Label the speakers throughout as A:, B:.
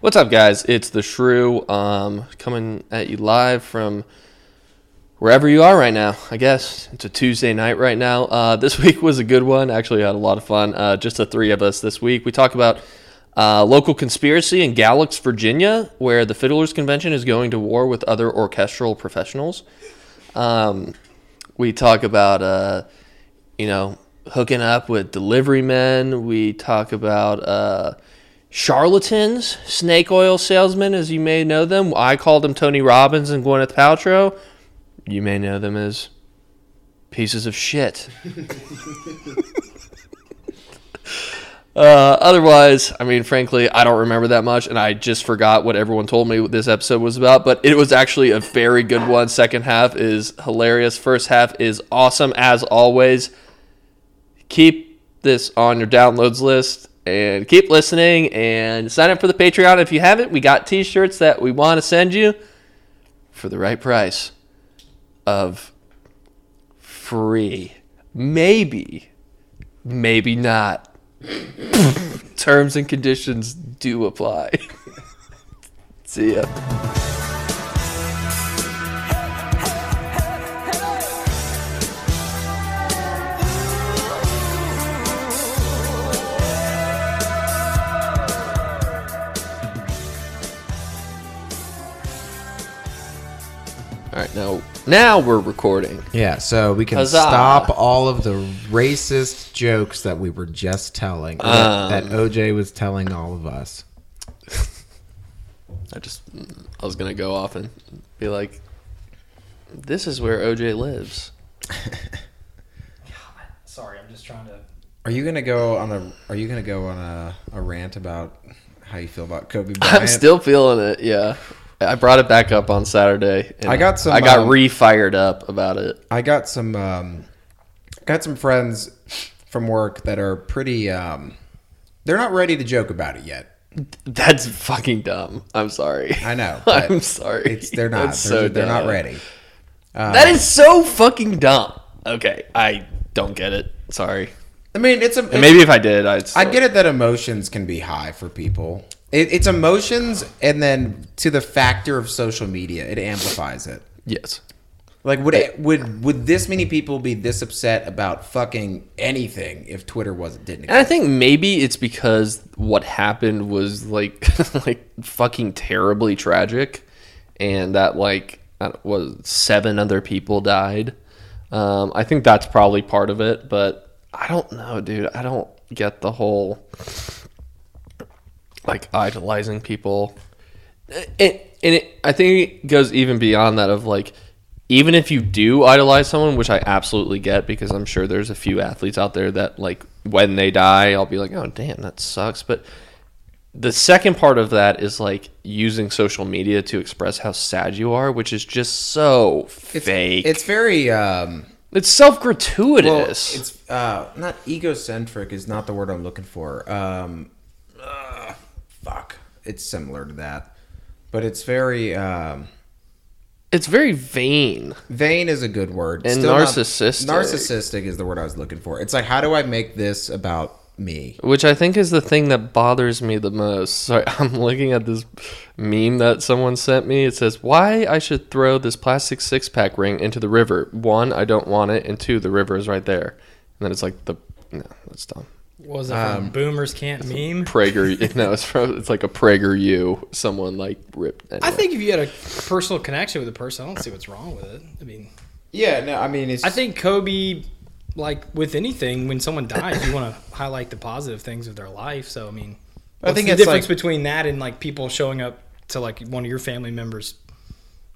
A: What's up, guys? It's the Shrew um, coming at you live from wherever you are right now. I guess it's a Tuesday night right now. Uh, this week was a good one. Actually, I had a lot of fun. Uh, just the three of us this week. We talk about uh, local conspiracy in Galax, Virginia, where the Fiddlers Convention is going to war with other orchestral professionals. Um, we talk about, uh, you know, hooking up with delivery men. We talk about uh, charlatans, snake oil salesmen, as you may know them. I called them Tony Robbins and Gwyneth Paltrow. You may know them as pieces of shit. Uh, otherwise, I mean, frankly, I don't remember that much, and I just forgot what everyone told me what this episode was about. But it was actually a very good one. Second half is hilarious. First half is awesome as always. Keep this on your downloads list and keep listening and sign up for the Patreon if you haven't. We got T-shirts that we want to send you for the right price of free. Maybe, maybe not terms and conditions do apply. See ya. All right, now now we're recording.
B: Yeah, so we can
A: Huzzah.
B: stop all of the racist jokes that we were just telling, or that, that
A: Um,
B: OJ was telling all of us.
A: I just I was gonna go off and be like, "This is where OJ lives."
C: Sorry, I'm just trying to.
B: Are you gonna go on a? Are you gonna go on a, a rant about how you feel about Kobe Bryant?
A: I'm still feeling it. Yeah, I brought it back up on Saturday. and
B: I got some,
A: I got
B: um,
A: re-fired up about it.
B: I got some um, got some friends from work that are pretty. Um, they're not ready to joke about it yet.
A: That's fucking dumb. I'm sorry.
B: I know.
A: I'm sorry.
B: It's they're not.
A: That's
B: they're
A: so
B: they're not
A: dumb.
B: ready. Um,
A: That is so fucking dumb. Okay, I don't get it. Sorry.
B: I mean, it's a
A: And maybe if I did, I'd.
B: I get it that emotions can be high for people. It, it's emotions, and then to the factor of social media, it amplifies it.
A: Yes.
B: Like, would it, would would this many people be this upset about fucking anything if Twitter wasn't didn't?
A: And I
B: Exist?
A: think maybe it's because what happened was like like fucking terribly tragic, and that like I don't- was seven other people died. Um, I think that's probably part of it, but I don't know, dude. I don't get the whole like idolizing people. It, and it, I think it goes even beyond that of like, even if you do idolize someone, which I absolutely get because I'm sure there's a few athletes out there that like when they die, I'll be like, oh damn, that sucks. But the second part of that is like using social media to express how sad you are, which is just so
B: It's,
A: fake.
B: It's very um.
A: It's self
B: Well,
A: gratuitous.
B: it's uh not egocentric is not the word I'm looking for. Um, uh, fuck, it's similar to that, but it's very um.
A: it's very vain.
B: Vain is a good word.
A: And
B: not-
A: narcissistic.
B: narcissistic is the word I was looking for. It's like, how do I make this about me?
A: which I think is the thing that bothers me the most. Sorry, I'm looking at this meme that someone sent me. It says, "Why I should throw this plastic six pack ring into the river? One, I don't want it, and two, the river is right there." And then it's like the no, that's dumb.
C: What was it
B: Um,
C: from Boomers Can't Meme?
A: Prager, no, it's from, it's like a Prager U. Someone like ripped.
C: I think if you had a personal connection with a person, I don't see what's wrong with it. I mean,
B: Yeah, no, I mean, it's.
C: I think Kobe, like with anything, when someone dies, you want to highlight the positive things of their life. So I mean,
B: I
C: what's
B: think
C: the
B: it's
C: difference
B: like-
C: between that and like people showing up to like one of your family members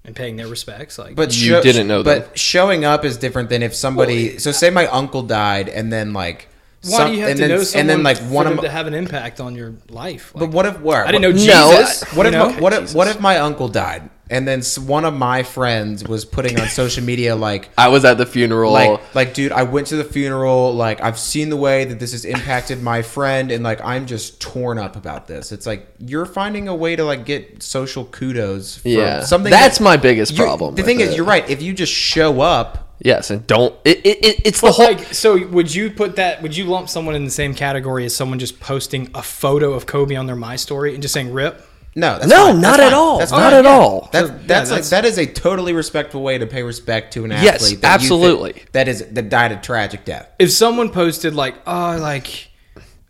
C: and paying their respects. Like,
B: But
A: You didn't know
B: But
A: them.
B: showing up is different than if somebody. so say my uncle died, and then like.
C: why
B: some-
C: do you have
B: and
C: to
B: then,
C: know someone
B: And then like
C: for
B: one
C: them
B: of.
C: to
B: my-
C: have an impact on your life?
B: But
C: Like,
B: what if where
C: I didn't know
A: No, I-
C: Jesus.
B: What
C: you
B: if,
C: know?
B: my, what if what if my uncle died, and then s- one of my friends was putting on social media like.
A: I was at the funeral.
B: Like, like, dude, I went to the funeral. Like, I've seen the way that this has impacted my friend, and like, I'm just torn up about this. It's like you're finding a way to like get social kudos. From
A: yeah,
B: something
A: that's
B: that-
A: my biggest
B: you-
A: problem.
B: The
A: with
B: thing is,
A: it.
B: you're right. If you just show up,
A: Yes, and don't. It, it, it, it's the
C: But
A: whole.
C: like, so would you put that? Would you lump someone in the same category as someone just posting a photo of Kobe on their My Story and just saying "Rip"?
B: No, that's
A: No,
B: fine.
A: not
B: That's
A: at
B: fine.
A: all.
B: That's
A: Not
B: fine.
A: at all.
B: That's,
C: So, yeah,
B: that's like
C: that's-
B: that is a totally respectful way to pay respect to an athlete.
A: Yes,
B: that you thi-
A: absolutely.
B: that is that died a tragic death.
C: if someone posted like, oh, like,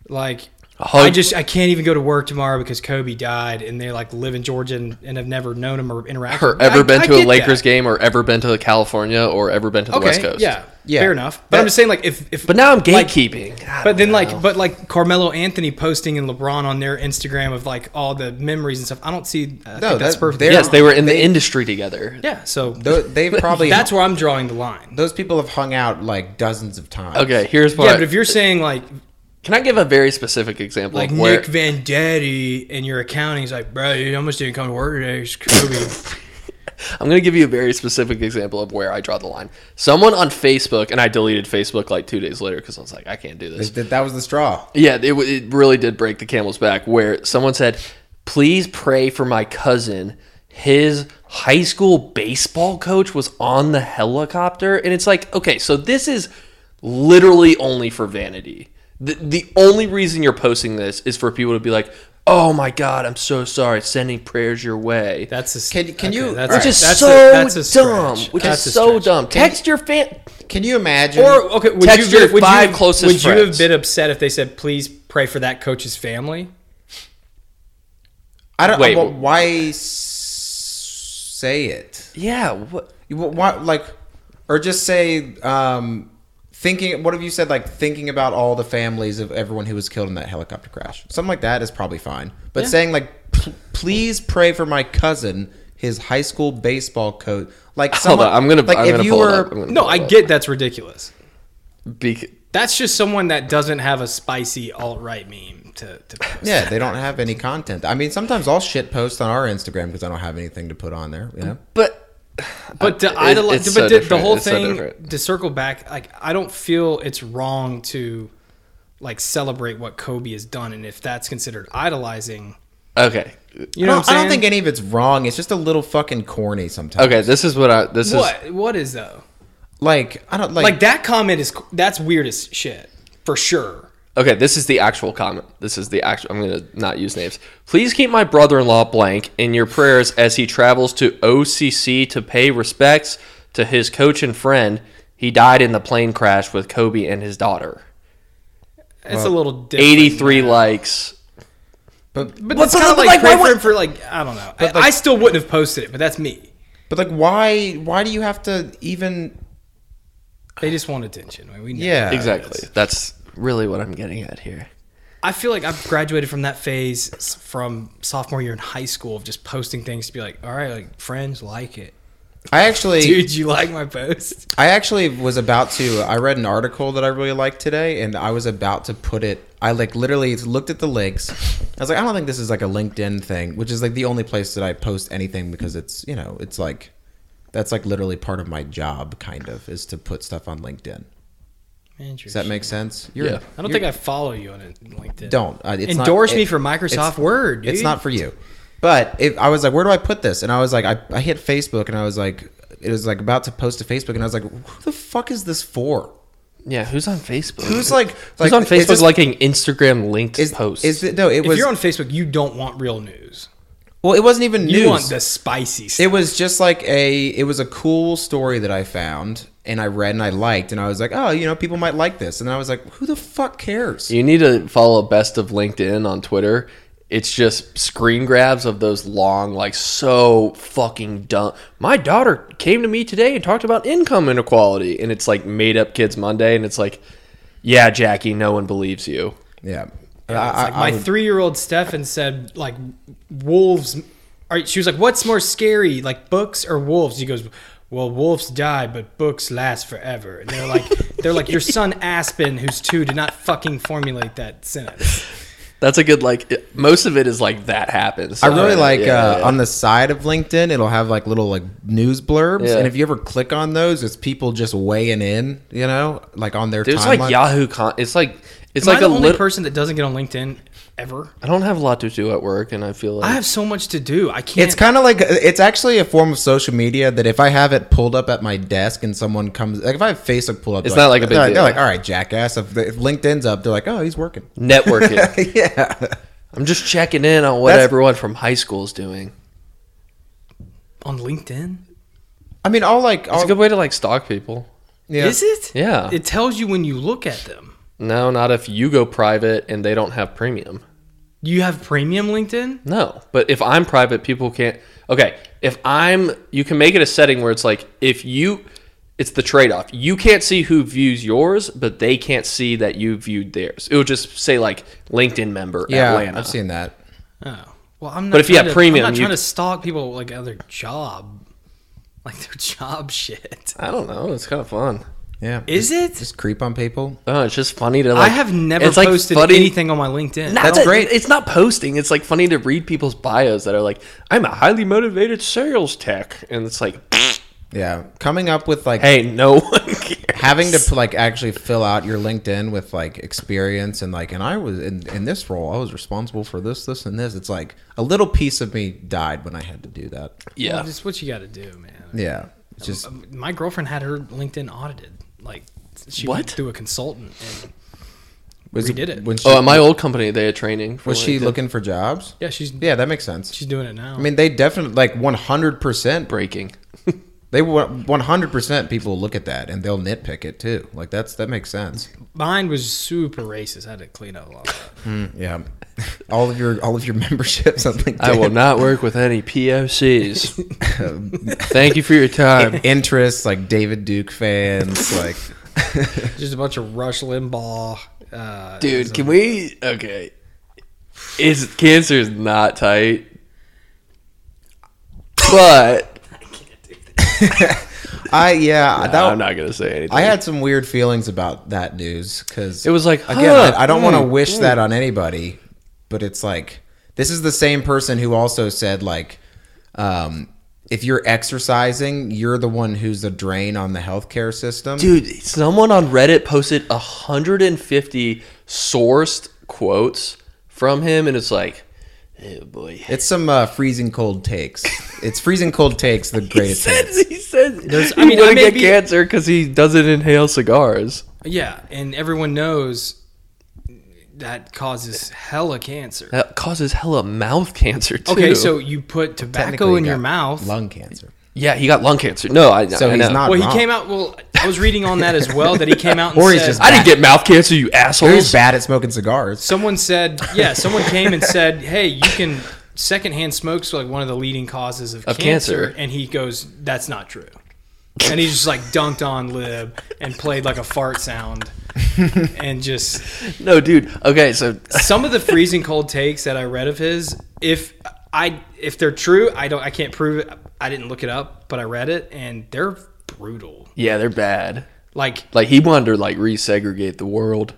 C: like
A: hug.
C: I just I can't even go to work tomorrow because Kobe died, and they like live in Georgia and, and have never known him or interacted.
A: Or
C: with him.
A: ever
C: I-
A: been
C: I
A: to a
C: get
A: Lakers
C: that.
A: game or ever been to California or ever been to the
C: Okay,
A: West Coast.
C: yeah,
B: Yeah.
C: fair enough. But
B: That-
C: I'm just saying, like, if, if
A: But now I'm
C: like,
A: gatekeeping. I
C: but
A: don't
C: then,
A: know.
C: like, but like Carmelo Anthony posting and LeBron on their Instagram of like all the memories and stuff. I don't see. I
B: No,
C: think that's
B: that-
C: perfect.
B: they're-
A: yes, they were in the
B: They-
A: industry together.
C: yeah. So
B: Tho- They've probably
C: that's where I'm drawing the line.
B: those people have hung out like dozens of times.
A: Okay, here's what.
C: Yeah, but if you're saying like
A: can I give a very specific example
C: like
A: of where?
C: Nick Vendetti and your accounting's like, bro, you almost didn't come to work today. It's Kobe.
A: I'm going to give you a very specific example of where I draw the line. Someone on Facebook, and I deleted Facebook like two days later because I was like, I can't do this.
B: That, that was the straw.
A: Yeah, it, w- it really did break the camel's back where someone said, Please pray for my cousin. His high school baseball coach was on the helicopter. And it's like, okay, so this is literally only for vanity. The, the only reason you're posting this is for people to be like, Oh my God, I'm so sorry. Sending prayers your way.
C: That's a,
B: Can- can you-
C: That's
A: which
B: Alright,
A: is
C: that's
A: so
C: a- that's a stretch.
A: dumb. Which
C: That's a
A: is so
C: stretch.
A: dumb. Text your fan.
B: Can you imagine?
C: Or okay, would
A: Text
C: you
A: your
C: have, would
A: five
C: you,
A: closest
C: Would you
A: friends.
C: have been upset if they said, "Please pray for that coach's family"?
B: I don't.
A: Wait.
B: well, why s- say it?
A: Yeah. What?
B: You- Why like, or just say um, thinking. What have you said? Like thinking about all the families of everyone who was killed in that helicopter crash. Something like that is probably fine. But saying like, "P- please pray for my cousin, his high school baseball coach. Like,
A: Hold
B: someone-
A: on. I'm gonna.
B: Like,
A: I'm
B: if
A: gonna
B: you
A: pull
B: were
A: it up. I'm gonna
C: No,
A: pull
C: I
A: it up.
C: get that's ridiculous.
A: Bec-
C: That's just someone that doesn't have a spicy alt right meme to. to post.
B: yeah, they don't have any content. I mean, sometimes I'll shit post on our Instagram because I don't have anything to put on there. You know.
A: but
C: But to
A: It-
C: idolize,
A: it's
C: but
A: so
C: the- the
A: different.
C: whole
A: It's so
C: thing
A: different.
C: to circle back, like I don't feel it's wrong to like celebrate what Kobe has done, and if that's considered idolizing,
A: okay.
C: you know,
B: I, don't,
C: what I'm
B: I
C: saying?
B: don't think any of it's wrong. It's just a little fucking corny sometimes.
A: Okay. This is what I. This is.
C: what what is though.
B: Like I don't like.
C: Like that comment is that's weird as shit for sure.
A: Okay, this is the actual comment. This is the actual. I'm going to not use names. Please keep my brother in law blank in your prayers as he travels to OCC to pay respects to his coach and friend. He died in the plane crash with Kobe and his daughter.
C: It's a little different.
A: 83 likes.
B: but
C: But
A: Well,
C: it's
A: but-
C: kind of
A: but,
C: like,
A: like,
C: pray
A: why
C: for
A: would-
C: him for like I don't know. I,
B: like-
C: I still wouldn't have posted it, but that's me.
B: But like, why? Why do you have to even?
C: They just want attention. I mean, we know.
B: Yeah,
A: Exactly. That's really what I'm getting at here.
C: I feel like I've graduated from that phase s- from sophomore year in high school of just posting things to be like, all right, like friends like it.
B: I actually,
C: Dude, you like my post?
B: I actually was about to. I read an article that I really liked today, and I was about to put it. I like literally looked at the links. I was like, I don't think this is like a LinkedIn thing, which is like the only place that I post anything because it's you know it's like that's like literally part of my job, kind of, is to put stuff on LinkedIn. Does that make sense? You're,
A: Yeah.
C: I don't think I follow you on it- LinkedIn.
B: Don't. Uh, it's not-
C: endorse me
B: it-
C: for Microsoft Word. Dude.
B: It's not for you. But it, I was like, where do I put this? And I was like, I, I hit Facebook and I was like, it was like about to post to Facebook and I was like, who the fuck is this for?
A: Yeah, who's on Facebook?
B: Who's like,
A: Who's
B: like,
A: on
B: is
A: Facebook
B: this-
A: liking Instagram linked
B: is,
A: posts?
B: Is it, no, it
C: If
B: was,
C: you're on Facebook, you don't want real news.
B: well, it wasn't even
C: You want
B: news.
C: the spicy stuff.
B: It was just like a, it was a cool story that I found and I read and I liked and I was like, oh, you know, people might like this. And I was like, who the fuck cares?
A: You need to follow Best of LinkedIn on Twitter. It's just screen grabs of those long, like so fucking dumb. My daughter came to me today and talked about income inequality, and it's like made up Kids Monday, and it's like, yeah, Jackie, no one believes you.
B: Yeah.
C: It's like my three year old Stefan said, like, wolves. Or she was like, what's more scary, like books or wolves? He goes, well, wolves die, but books last forever. And they're like, they're like, your son Aspen, who's two, did not fucking formulate that sentence.
A: That's a good like. It, most of it is like that happens.
B: I really like
A: Yeah,
B: uh,
A: yeah.
B: on the side of LinkedIn, it'll have like little like news blurbs,
A: Yeah.
B: and if you ever click on those, it's people just weighing in, you know, like on their
A: There's
B: timeline.
A: like Yahoo. Con- it's like it's
C: Am
A: like
C: I
A: a
C: the only
A: little.
C: person that doesn't get on LinkedIn ever?
A: I don't have a lot to do at work, and I feel like
C: I have so much to do. I can't.
B: it's kind of like it's actually a form of social media that if I have it pulled up at my desk and someone comes, like if I have Facebook pulled up,
A: It's
B: they're
A: not like a big
B: they're,
A: deal.
B: they're like, all right, jackass. If, if LinkedIn's up, they're like, oh, he's working.
A: networking.
B: yeah,
A: I'm just checking in on what
B: That's-
A: everyone from high school is doing.
C: on LinkedIn.
B: I mean, I'll like.
A: It's
B: I'll,
A: a good way to like stalk people.
B: yeah.
C: Is it?
A: Yeah.
C: It tells you when you look at them.
A: no, not if you go private and they don't have premium.
C: You have premium LinkedIn.
A: No, but if I'm private, people can't. Okay, if I'm, you can make it a setting where it's like if you, it's the trade-off. You can't see who views yours, but they can't see that you viewed theirs. It will just say like LinkedIn member
B: yeah,
A: Atlanta.
B: I've seen that.
C: Oh, well, I'm not.
A: But if you
C: trying
A: have
C: to-
A: premium,
C: I'm not
A: you-
C: trying to stalk people like at their job, like their job shit.
A: I don't know. It's kind of fun.
B: Yeah.
C: Is it?
B: just creep on people?
A: Oh, it's just funny to like.
C: I have never
A: it's, like,
C: posted
A: funny-
C: anything on my LinkedIn.
A: Not
B: That's
A: that-
B: great.
A: It's not posting. It's like funny to read people's bios that are like, "I'm a highly motivated sales tech," and it's like,
B: Yeah. Coming up with like
A: "Hey, no one cares."
B: having to like actually fill out your LinkedIn with like experience and like and I was in, in this role I was responsible for this this and this. It's like a little piece of me died when I had to do that.
A: Yeah,
C: Well, just what you got to do, man. Um,
B: Yeah, it's just
C: My girlfriend had her LinkedIn audited. Like she
A: What?
C: went through a consultant. And,
B: was
C: redid it.
B: when she,
A: Oh, at my old company, they had training. For
B: was she
A: LinkedIn.
B: looking for jobs?
C: yeah, she's
B: Yeah, that makes sense.
C: she's doing it now.
B: I mean, they definitely like one hundred percent.
A: breaking?
B: They one hundred percent people look at that and they'll nitpick it too. Like that's that makes sense.
C: mine was super racist. I had to clean up a lot. Of that.
B: Yeah, all of your all of your memberships on LinkedIn.
A: Mm. I will not work with any POCs. Thank you for your time.
B: Uh, interests like David Duke fans like.
C: just a bunch of Rush Limbaugh. Uh,
A: Dude, can we okay. Is cancer is not tight. But
B: I yeah, that,
A: I'm not gonna say anything.
B: I had some weird feelings about that news because
A: it was like
B: again,
A: huh,
B: I, I don't want to
A: hmm,
B: wish that on anybody, but it's like this is the same person who also said like, um, if you're exercising, you're the one who's the drain on the healthcare system.
A: Dude, someone on Reddit posted 150 sourced quotes from him, and it's like, oh boy.
B: It's some uh, freezing cold takes. it's freezing cold takes. The
A: He
B: greatest. hits.
A: says he says
C: I
A: he
C: mean, I
A: wouldn't
C: may
A: get
C: be-
A: cancer because he doesn't inhale cigars.
C: Yeah, and everyone knows that causes hella cancer.
A: That causes hella mouth cancer too.
C: Okay, so you put tobacco
B: Technically,
C: in
B: you
C: your
B: got
C: mouth.
B: Lung cancer.
A: yeah, he got lung cancer. No, I
B: So
A: I
B: he's
A: know.
B: not.
C: well, he
B: wrong.
C: came out. Well, I was reading on that as well that he came out and
B: Or
C: said,
B: he's just
A: I didn't get mouth cancer, you
B: He's
A: assholes.
B: bad at smoking cigars.
C: someone said, yeah, someone came and said, hey, you can secondhand smokes are like one of the leading causes of,
A: Of
C: cancer.
A: cancer.
C: and he goes, that's not true. And he just like dunked on lib and played like a fart sound, and just
A: No, dude. Okay, so
C: some of the freezing cold takes that I read of his, if I if they're true, I don't I can't prove it. I didn't look it up, but I read it and they're brutal.
A: yeah, they're bad.
C: Like
A: Like he wanted to like resegregate the world.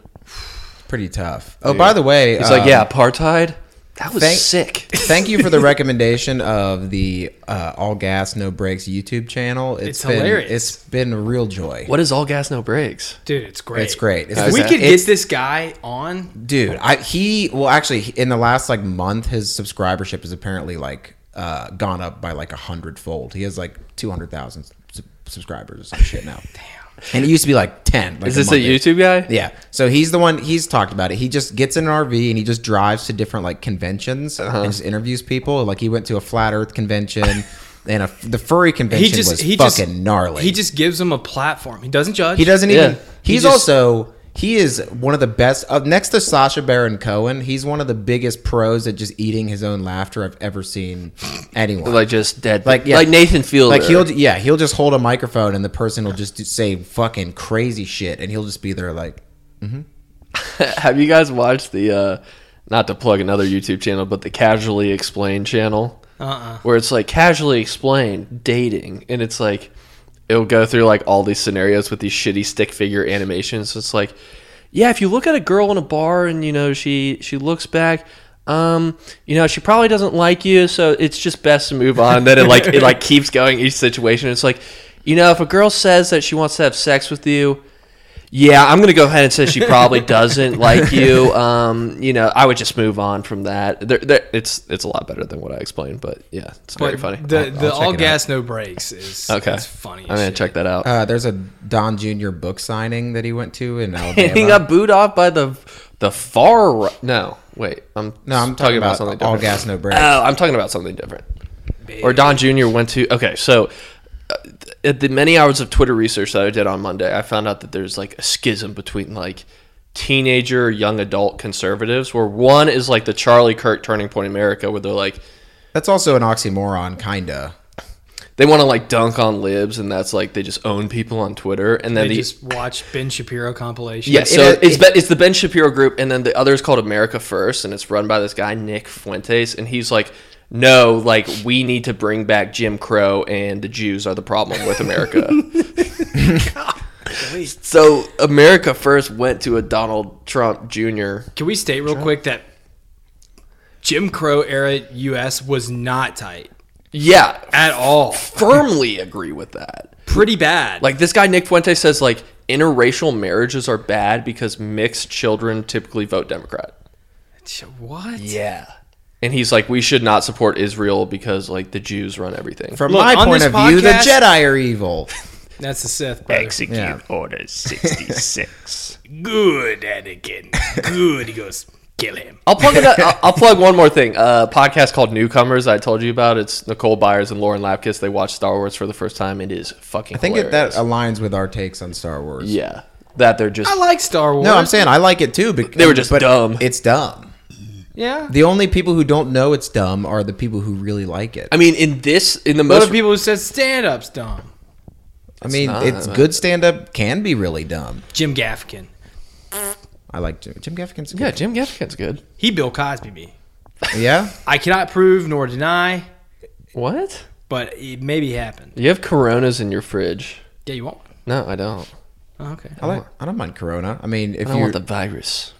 B: Pretty tough. Oh, by the way,
A: He's
B: um,
A: like, yeah, apartheid. That was
B: thank-
A: sick.
B: Thank you for the recommendation of the uh, All Gas No Breaks YouTube channel.
C: It's
B: been,
C: hilarious.
B: It's been a real joy.
A: What is all gas no breaks?
C: dude, it's great.
B: It's great. It's
C: If we
A: Okay.
C: could
B: It's-
C: get this guy on
B: dude. I he well actually in the last like month his subscribership has apparently like uh, gone up by like a hundredfold. He has like two hundred thousand sub- subscribers or some shit now. Damn. And it used to be like ten. Like
A: Is this a
B: month ago.
A: YouTube guy?
B: Yeah. So he's the one. He's talked about it. He just gets in an RV and he just drives to different like conventions
C: Uh-huh.
B: and just interviews people. Like he went to a flat Earth convention and a, the furry convention
C: he just
B: was
C: he
B: fucking
C: just
B: gnarly.
C: He just gives him a platform. He doesn't judge.
B: He doesn't
A: Yeah.
B: even.
A: He
B: He's
A: just-
B: also he is one of the best. Uh, next to Sasha Baron Cohen, he's one of the biggest pros at just eating his own laughter I've ever seen anyone.
A: Like just dead.
B: Like,
A: Like
B: yeah.
A: like Nathan Fielder.
B: Like he'll yeah he'll just hold a microphone and the person will just do, say fucking crazy shit and he'll just be there like
A: Have you guys watched the uh not to plug another YouTube channel, but the Casually Explained channel?
C: Uh-uh.
A: Where it's like casually explained dating and it's like it'll go through like all these scenarios with these shitty stick figure animations. It's like yeah, if you look at a girl in a bar and you know she she looks back um, you know, she probably doesn't like you, so it's just best to move on. Then it like it like keeps going each situation. It's like, you know, if a girl says that she wants to have sex with you, yeah, I'm gonna go ahead and say she probably doesn't like you. Um, you know, I would just move on from that. There, there, it's it's a lot better than what I explained, but yeah, it's very
C: but
A: funny.
C: the the
B: I'll check
C: all
B: it
C: gas no breaks is
A: okay,
C: It's funny.
A: I'm gonna check that out.
B: uh, there's a Don Jr. book signing that he went to in Alabama.
A: he got booed off by the the far right. No, Wait, I'm
B: No, I'm talking, about, all gas, no brakes.
A: Oh, I'm talking about something different. Or Don Jr. went to. Okay, so uh, at the many hours of Twitter research that I did on Monday, I found out that there's like a schism between like teenager, young adult conservatives, where one is like the Charlie Kirk Turning Point America, where they're like
B: That's also an oxymoron, kinda.
A: they want to like dunk on libs, and that's like they just own people on Twitter, and then
C: They
A: the
C: just watch Ben Shapiro compilation.
A: Yeah,
B: It-
A: so
B: it-
A: it's
B: it-
A: Ben- it's the Ben Shapiro group, and then the other is called America First, and it's run by this guy Nick Fuentes, and he's like, no, like we need to bring back Jim Crow, and the Jews are the problem with America. so America First went to a Donald Trump Jr.
C: Can we state real quick that Jim Crow era U.S. was not tight
A: Yeah, I
C: at all.
A: firmly agree with that.
C: Pretty bad.
A: Like this guy Nick Fuentes says, like interracial marriages are bad because mixed children typically vote Democrat.
C: what?
A: Yeah. And he's like, we should not support Israel because like the Jews run everything.
B: From
C: Look,
B: my
C: on
B: point
C: this
B: of view, the
C: podcast-
B: Jedi are evil.
C: That's the Sith. Brother.
D: Execute
B: Yeah.
D: Order 66.
C: Good, Anakin. Good. He goes, kill him.
A: I'll plug it up. I'll, I'll plug one more thing. Uh, podcast called Newcomers that I told you about. It's Nicole Byers and Lauren Lapkus. They watched Star Wars for the first time. It is fucking.
B: I think that,
A: hilarious.
B: that aligns with our takes on Star Wars.
A: yeah, that they're just
C: I like Star Wars.
B: No, I'm saying I like it too. Because,
A: They were just dumb.
B: It's dumb.
C: yeah.
B: The only people who don't know it's dumb are the people who really like it.
A: I mean, in this, in the
C: What
A: most.
C: are people who said stand-ups dumb?
B: I mean,
A: not,
B: it's
A: but-
B: good stand up can be really dumb.
C: Jim Gaffigan.
B: I like Jim, Jim Gaffigan's
A: yeah,
B: good.
A: Jim Gaffigan's good.
C: He Bill Cosby me.
B: Yeah.
C: I cannot prove nor deny,
A: What?
C: but it maybe happened.
A: You have Coronas in your fridge?
C: Yeah, you want one?
A: No, I don't.
C: Oh, okay.
B: I like. I don't mind Corona. I mean, if
A: I don't
B: you
A: want the virus.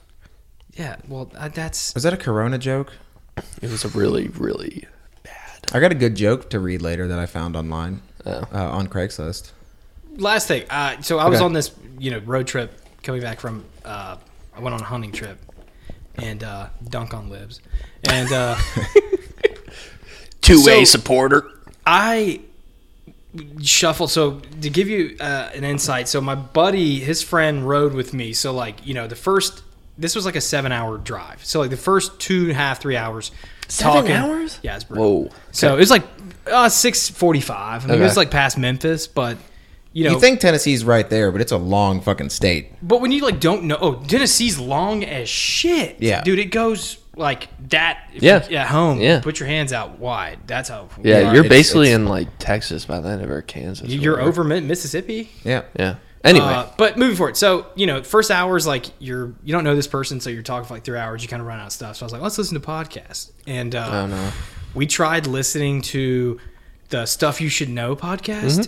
C: Yeah. Well, uh, that's
B: was that a Corona joke?
A: It was a really, really bad.
B: I got a good joke to read later that I found online
A: Oh.
B: uh, on Craigslist.
C: last thing. Uh, so I was
B: Okay.
C: on this, you know, road trip coming back from. Uh, I went on a hunting trip, and uh, dunk on libs, and uh,
A: Two way
C: So-
A: supporter.
C: I shuffle. So to give you uh, an insight, so my buddy, his friend, rode with me. So like, you know, the first. This was like a seven-hour drive. So like the first two and a half, three hours.
A: Seven
C: talking-
A: hours?
C: Yeah, it's brutal.
A: Whoa.
C: So it was like uh, six forty-five. I mean, it was
A: Okay.
C: like past Memphis, but you know,
B: You think Tennessee's right there, but it's a long fucking state.
C: But when you like don't know, oh, Tennessee's long as shit.
B: Yeah.
C: dude, it goes like that. If
A: Yeah.
C: you- at home.
A: Yeah.
C: put your hands out wide. That's how.
A: Yeah,
B: Yeah,
A: you're
B: it's-
A: basically
B: it's-
A: in like Texas by the end of or Kansas. or
C: you're
A: whatever.
C: over Mi- Mississippi.
B: Yeah.
A: Yeah. Anyway,
C: Uh, but moving forward, so you know, first hours like you're you don't know this person, so you're talking for like three hours. You kind of run out of stuff. So I was like, let's listen to podcasts, and uh,
A: I don't know.
C: we tried listening to the stuff you should know podcast.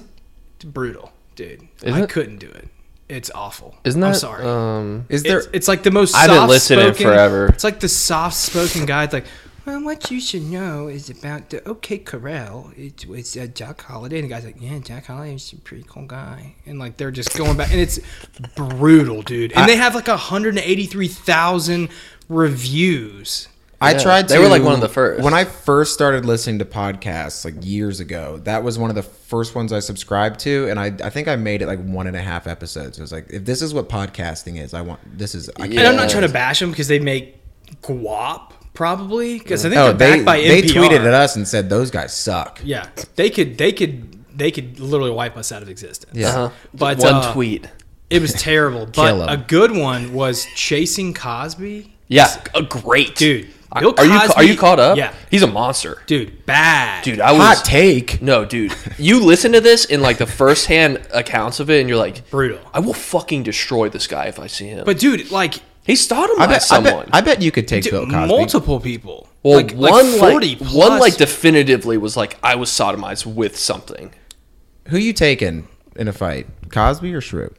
C: It's brutal, dude.
A: Mm-hmm. Is
C: I
A: it?
C: couldn't do it. It's awful.
A: Isn't that?
C: I'm sorry.
A: Um,
B: Is there?
C: It's, it's like the most.
A: I haven't
C: soft-spoken-
A: listened in forever.
C: It's like the soft-spoken guy. It's like, well, what you should know is about the OK Corral. It was uh, Jack Holiday, and the guy's like, yeah, Jack Holiday is a pretty cool guy, and like they're just going back, and it's brutal, dude. And they have like 183,000 reviews.
B: I
A: Yeah,
B: tried.
A: they
B: to,
A: were, like, one of the first.
B: When I first started listening to podcasts, like years ago, that was one of the first ones I subscribed to, and I, I think I made it like one and a half episodes. I was like, if this is what podcasting is, I want this is. I
A: Yeah.
C: And I'm not trying to bash them because they make guap probably because I think
B: Oh,
C: they're
B: they
C: backed by
B: they
C: NPR.
B: tweeted at us and said those guys suck.
C: Yeah, they could. They could. They could literally wipe us out of existence.
B: Yeah.
A: uh-huh.
C: But,
A: one
C: uh,
A: tweet.
C: It was terrible,
B: Kill
C: but
B: 'em.
C: a good one was Chasing Cosby.
A: Yeah, a uh, great
C: Dude,
A: Are
C: Bill
A: you ca- are you
C: Cosby-
A: caught up?
C: Yeah.
A: he's a monster,
C: Dude, bad.
A: dude. I was
B: Hot take.
A: no, dude. You listen to this in like the first hand accounts of it, and you're like,
C: Brutal.
A: I will fucking destroy this guy if I see him.
C: But dude, like
A: he's stomped
B: I
A: by
B: bet, I
A: someone.
B: bet. I bet you could take
C: dude,
B: Bill Cosby.
C: multiple people.
A: well,
C: like, like
A: one like,
C: 40 plus.
A: one like definitively was like I was sodomized with something.
B: Who you taking in a fight, Cosby or Shrew?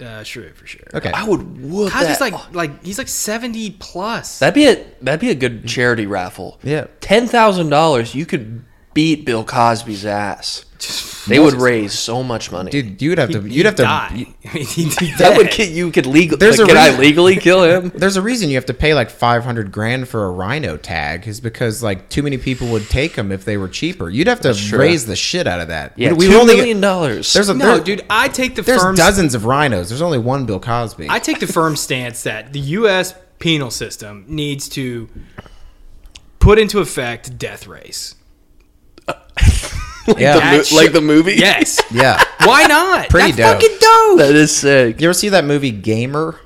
C: uh, sure for sure.
B: Okay.
A: I would whoop
C: Cosby's
A: that.
C: like like he's like seventy plus.
A: that'd be a that'd be a good charity raffle.
B: Yeah.
A: ten thousand dollars, you could beat Bill Cosby's ass. They would raise so much money.
B: Dude, you'd have to.
C: He'd
B: You'd have to.
C: die. He'd be
A: That would
C: dead.
A: ki- you could legal.
B: There's
A: Like,
B: a
A: could I
B: reason-
A: legally kill him?
B: There's a reason you have to pay like 500 grand for a rhino tag is because like too many people would take them if they were cheaper. You'd have to
A: true.
B: raise the shit out of that.
A: Yeah,
B: we,
A: two
B: only
A: million dollars.
B: There's a
C: No,
B: there-
C: dude, I take the
B: There's
C: firm
B: dozens of rhinos. There's only one Bill Cosby.
C: I take the firm stance that the U.S. penal system needs to put into effect death race.
A: The
B: yeah,
A: mo-
C: That
A: like
C: shit-
A: the movie.
C: Yes.
B: yeah.
C: Why not?
B: Pretty
C: That's
B: dope.
C: fucking dope.
A: that is sick.
B: You ever see that movie Gamer?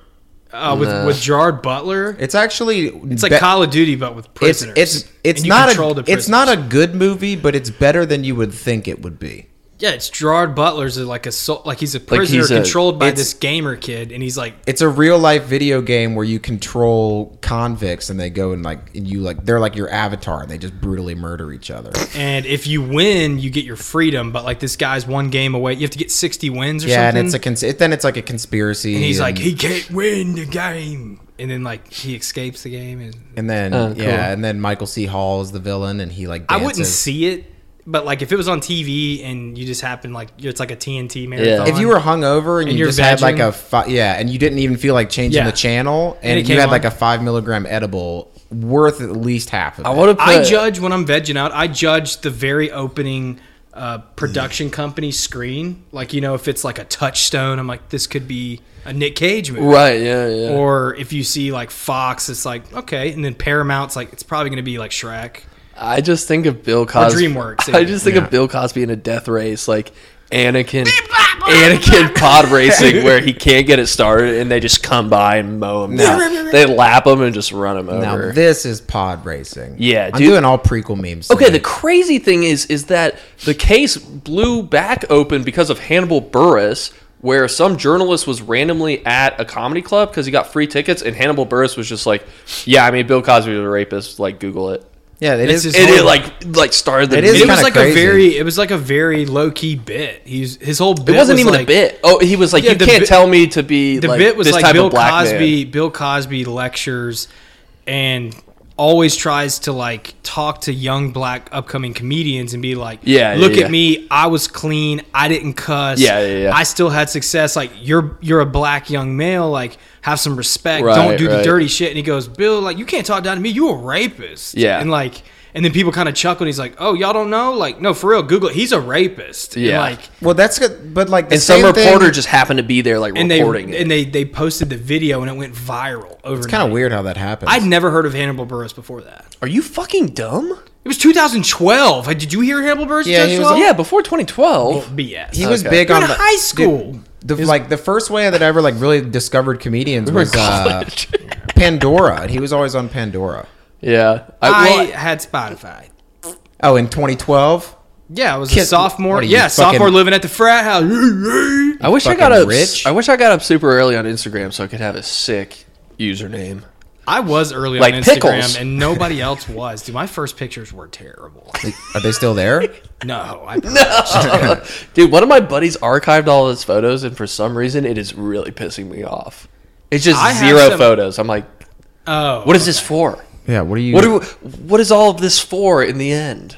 C: Uh, with
A: Nah.
C: with Gerard Butler.
B: It's actually
C: It's like
B: be-
C: Call of Duty, but with
B: It's
C: prisoners.
B: it's it's
C: And you
B: not
C: control
B: a
C: the
B: it's not a
C: prisoners.
B: good movie, but it's better than you would think it would be.
C: yeah. It's Gerard Butler's uh, like a sol- like he's a prisoner
A: he's a-
C: controlled by
B: it's-
C: this gamer kid, and he's like
B: It's a real life video game where you control convicts and they go and like and you like they're like your avatar and they just brutally murder each other.
C: and if you win, you get your freedom. But like this guy's one game away. You have to get sixty wins or
B: yeah,
C: something.
B: and it's a cons- it, then it's like a conspiracy.
C: and he's like,
B: and-
C: he can't win the game. And then like he escapes the game. And
B: and then
A: Oh, cool.
B: yeah, and then Michael C. Hall is the villain and he like
C: I
B: dances.
C: wouldn't see it, but like if it was on TV and you just happen like it's like a TNT marathon.
B: If you were hungover and,
C: And
B: you
C: you're
B: just had like
C: vegging.
B: a fi- yeah, and you didn't even feel like changing
C: Yeah.
B: the channel, and,
C: it
B: you
C: came
B: had
C: on.
B: like a five milligram edible, worth at least half of it.
A: I want to.
C: I judge when I'm vegging out. I judge the very opening uh, production
A: Mm.
C: company screen. Like you know, if it's like a touchstone, I'm like, this could be a Nick Cage movie.
A: Right. Yeah. Yeah.
C: Or if you see like Fox, it's like okay, and then Paramount's like it's probably gonna be like Shrek.
A: I just think of Bill Cosby.
C: DreamWorks,
A: I
C: yeah.
A: just think of Bill Cosby in a death race, like Anakin, Anakin pod racing, where he can't get it started, and they just come by and mow him. down. They lap him and just run him
B: Now
A: over.
B: this is pod racing.
A: Yeah,
B: I'm
A: dude.
B: doing all prequel memes.
A: Okay,
B: today.
A: the crazy thing is is that the case blew back open because of Hannibal Burris, where some journalist was randomly at a comedy club because he got free tickets, and Hannibal Burris was just like, "Yeah, I mean, Bill Cosby was a rapist. Like, Google it."
B: yeah, it
C: This
B: is.
C: is
A: And it
C: horrible.
A: like like started the.
B: It is
C: And
A: media-
C: it was
B: kinda
C: like
B: crazy.
C: a very, it was like a very low key bit. He's his whole bit
A: It wasn't
C: was
A: even a
C: like-
A: bit. Oh, he was like,
C: Yeah,
A: "You
C: the
A: can't
C: bit-
A: tell me to be
C: The
A: like
C: bit was
A: this
C: like
A: type
C: Bill
A: of black man."
C: Cosby. Bill Cosby lectures and always tries to like talk to young black upcoming comedians and be like,
A: Yeah, yeah,
C: look
A: yeah.
C: at me. I was clean. I didn't cuss.
A: Yeah, yeah, yeah.
C: I still had success. Like you're you're a black young male. Like have some respect.
A: Right,
C: Don't do
A: right.
C: the dirty shit." And he goes, "Bill, like you can't talk down to me. You a rapist."
A: Yeah.
C: and like. And then people kind of chuckle. And he's like, "Oh, y'all don't know? Like, no, for real. Google it. He's a rapist." And,
A: Yeah.
C: like,
B: well, that's good, but like the
A: And some
B: same thing-
A: reporter just happened to be there, like
C: and they
A: reporting it.
C: and they they posted the video and it went viral over.
B: It's kind of weird how that happens.
C: I'd never heard of Hannibal Burris before that.
A: Are you fucking dumb?
C: It was 2012. Hey, Did you hear Hannibal Burris? in
B: Yeah, he was-
C: 2012?
A: Yeah, before 2012.
C: BS.
B: he was
A: Okay.
B: big
C: You're
B: on
C: in
B: the,
C: high school.
B: The, like the first way that I ever like really discovered comedians was uh, Pandora. He was always on Pandora.
A: Yeah, well,
C: I had Spotify.
B: Oh, in 2012.
C: Yeah, I was a
B: Kid-
C: sophomore.
B: what are you,
C: yeah, sophomore
B: fucking-
C: living at the frat house.
A: I wish I
B: fucking
A: got up.
B: rich.
A: I wish I got up super early on Instagram so I could have a sick username.
C: I was early
A: Like
C: on Instagram,
A: pickles.
C: and nobody else was. Dude, my first pictures were terrible.
B: Are they still there?
C: No, I no.
A: Dude, one of my buddies archived all his photos, and for some reason, it is really pissing me off. It's just
C: I have
A: zero
C: some-
A: photos. I'm like,
C: Oh,
A: what is this for?
B: yeah. What are you?
A: What do? What is all of this for in the end?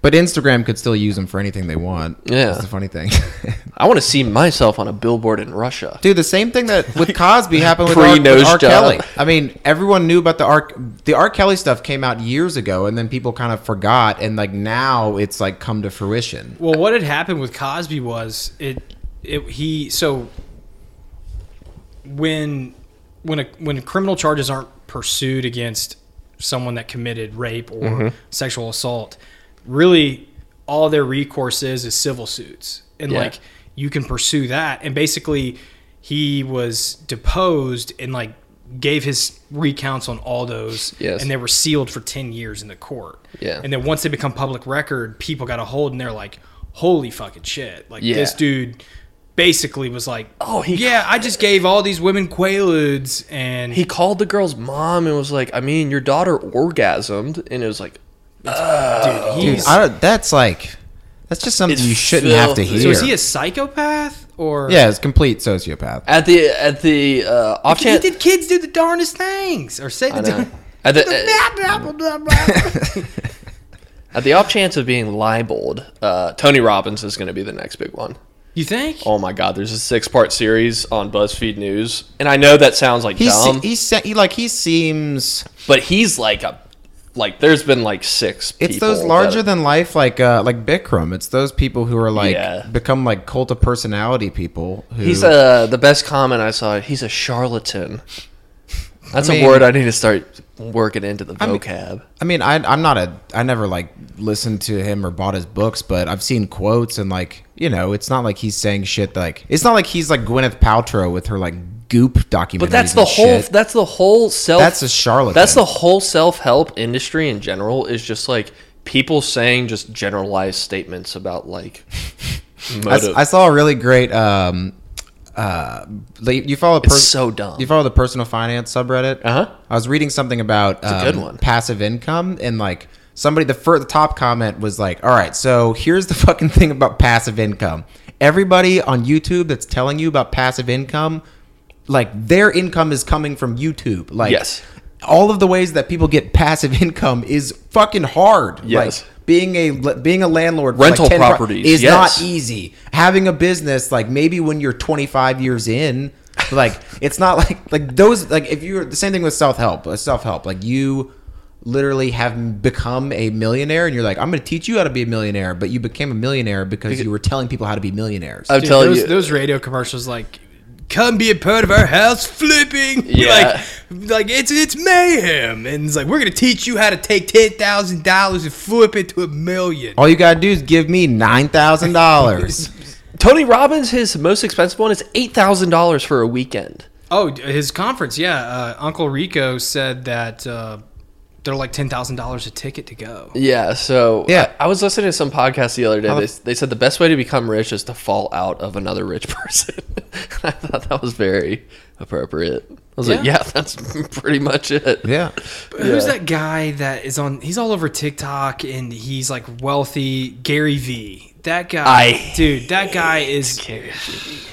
B: But Instagram could still use them for anything they want.
A: Yeah.
B: that's the funny thing.
A: I want to see myself on a billboard in Russia.
B: Dude, the same thing that with Cosby happened with
A: Pre
B: R, with
A: nose
B: R.
A: job.
B: Kelly. I mean, everyone knew about the R. The R. Kelly stuff came out years ago, and then people kind of forgot, and like now it's like come to fruition.
C: Well, what had happened with Cosby was it, it he so when when a, when criminal charges aren't pursued against someone that committed rape or
A: Mm-hmm.
C: sexual assault, really all their recourse is is civil suits, and
A: Yeah.
C: like you can pursue that. And basically, he was deposed and like gave his recounts on all those,
A: Yes.
C: and they were sealed for ten years in the court.
A: Yeah.
C: And then once they become public record, people got a hold and they're like, holy fucking shit. Like
A: Yeah.
C: this dude basically was like,
A: Oh, he-
C: yeah, I just gave all these women quaaludes and
A: He called the girl's mom and was like, "I mean, your daughter orgasmed," and it was like,
C: dude,
B: Dude,
C: he's,
B: I don't, that's like that's just something
A: It's
B: you shouldn't have to
A: filthy.
B: hear.
C: so is he a psychopath or
B: yeah, it's complete sociopath.
A: at the at the uh, off
C: He
A: chance.
C: did kids do the darndest things or say the darn-
A: At the,
C: blah, blah, blah, blah.
A: At the off chance of being libeled, uh, Tony Robbins is going to be the next big one.
C: You think?
A: Oh my God! There's a six-part series on BuzzFeed News, and I know that sounds like
B: He's
A: dumb,
B: he's se- he like he seems.
A: but he's like a like. There's been like six.
B: It's
A: people
B: those
A: that-
B: larger than life, like uh, like Bikram. It's those people who are like
A: Yeah.
B: become like cult of personality people. Who,
A: He's uh the best comment I saw. He's a charlatan. That's
B: I mean-
A: a word I need to start working into the vocab.
B: I mean, I, I'm not a. I never like listened to him or bought his books, but I've seen quotes and like you know, it's not like he's saying shit like it's not like he's like Gwyneth Paltrow with her like goop documentary.
A: But that's the whole. That's the whole self.
B: That's a charlatan.
A: That's the whole self help industry in general. Is just like people saying just generalized statements about like.
B: I, s-
A: motive.
B: I saw a really great. um uh, like, you follow
A: It's so dumb.
B: You follow the personal finance subreddit.
A: Uh-huh.
B: I was reading something about
A: a
B: um,
A: good one.
B: passive income and like somebody the first the top comment was like, "All right, so here's the fucking thing about passive income. Everybody on YouTube that's telling you about passive income, like their income is coming from YouTube. Like
A: Yes.
B: all of the ways that people get passive income is fucking hard.
A: Yes.
B: Like being a being a landlord for,
A: Rental
B: 10 pro-
A: properties,
B: is
A: yes.
B: not easy. Having a business like maybe when you're 25 years in, like it's not like like those like if you're the same thing with self help, self help like you literally have become a millionaire and you're like I'm going to teach you how to be a millionaire, but you became a millionaire because you were telling people how to be millionaires.
A: I'm
C: Dude,
A: telling
C: those,
A: you.
C: those radio commercials like come be a part of our house flipping
A: Yeah.
C: like like it's it's mayhem and it's like we're gonna teach you how to take ten thousand dollars and flip it to a million
B: All you got to do is give me nine thousand dollars.
A: Tony Robbins, his most expensive one is eight thousand dollars for a weekend.
C: oh d- his conference yeah uh, uncle rico said that uh, they're like ten thousand dollars a ticket to go
A: Yeah, so
B: Yeah.
A: I, I was listening to some podcast the other day.
C: Uh-huh.
B: How
A: They,
B: the-
A: they said the best way to become rich is to fall out of another rich person. I thought that was very appropriate. I was like,
C: Yeah.
A: yeah, that's pretty much it.
B: yeah.
C: But who's
A: Yeah.
C: that guy that is on he's all over tiktok and he's like wealthy gary v that guy
A: I
C: dude that guy is he's a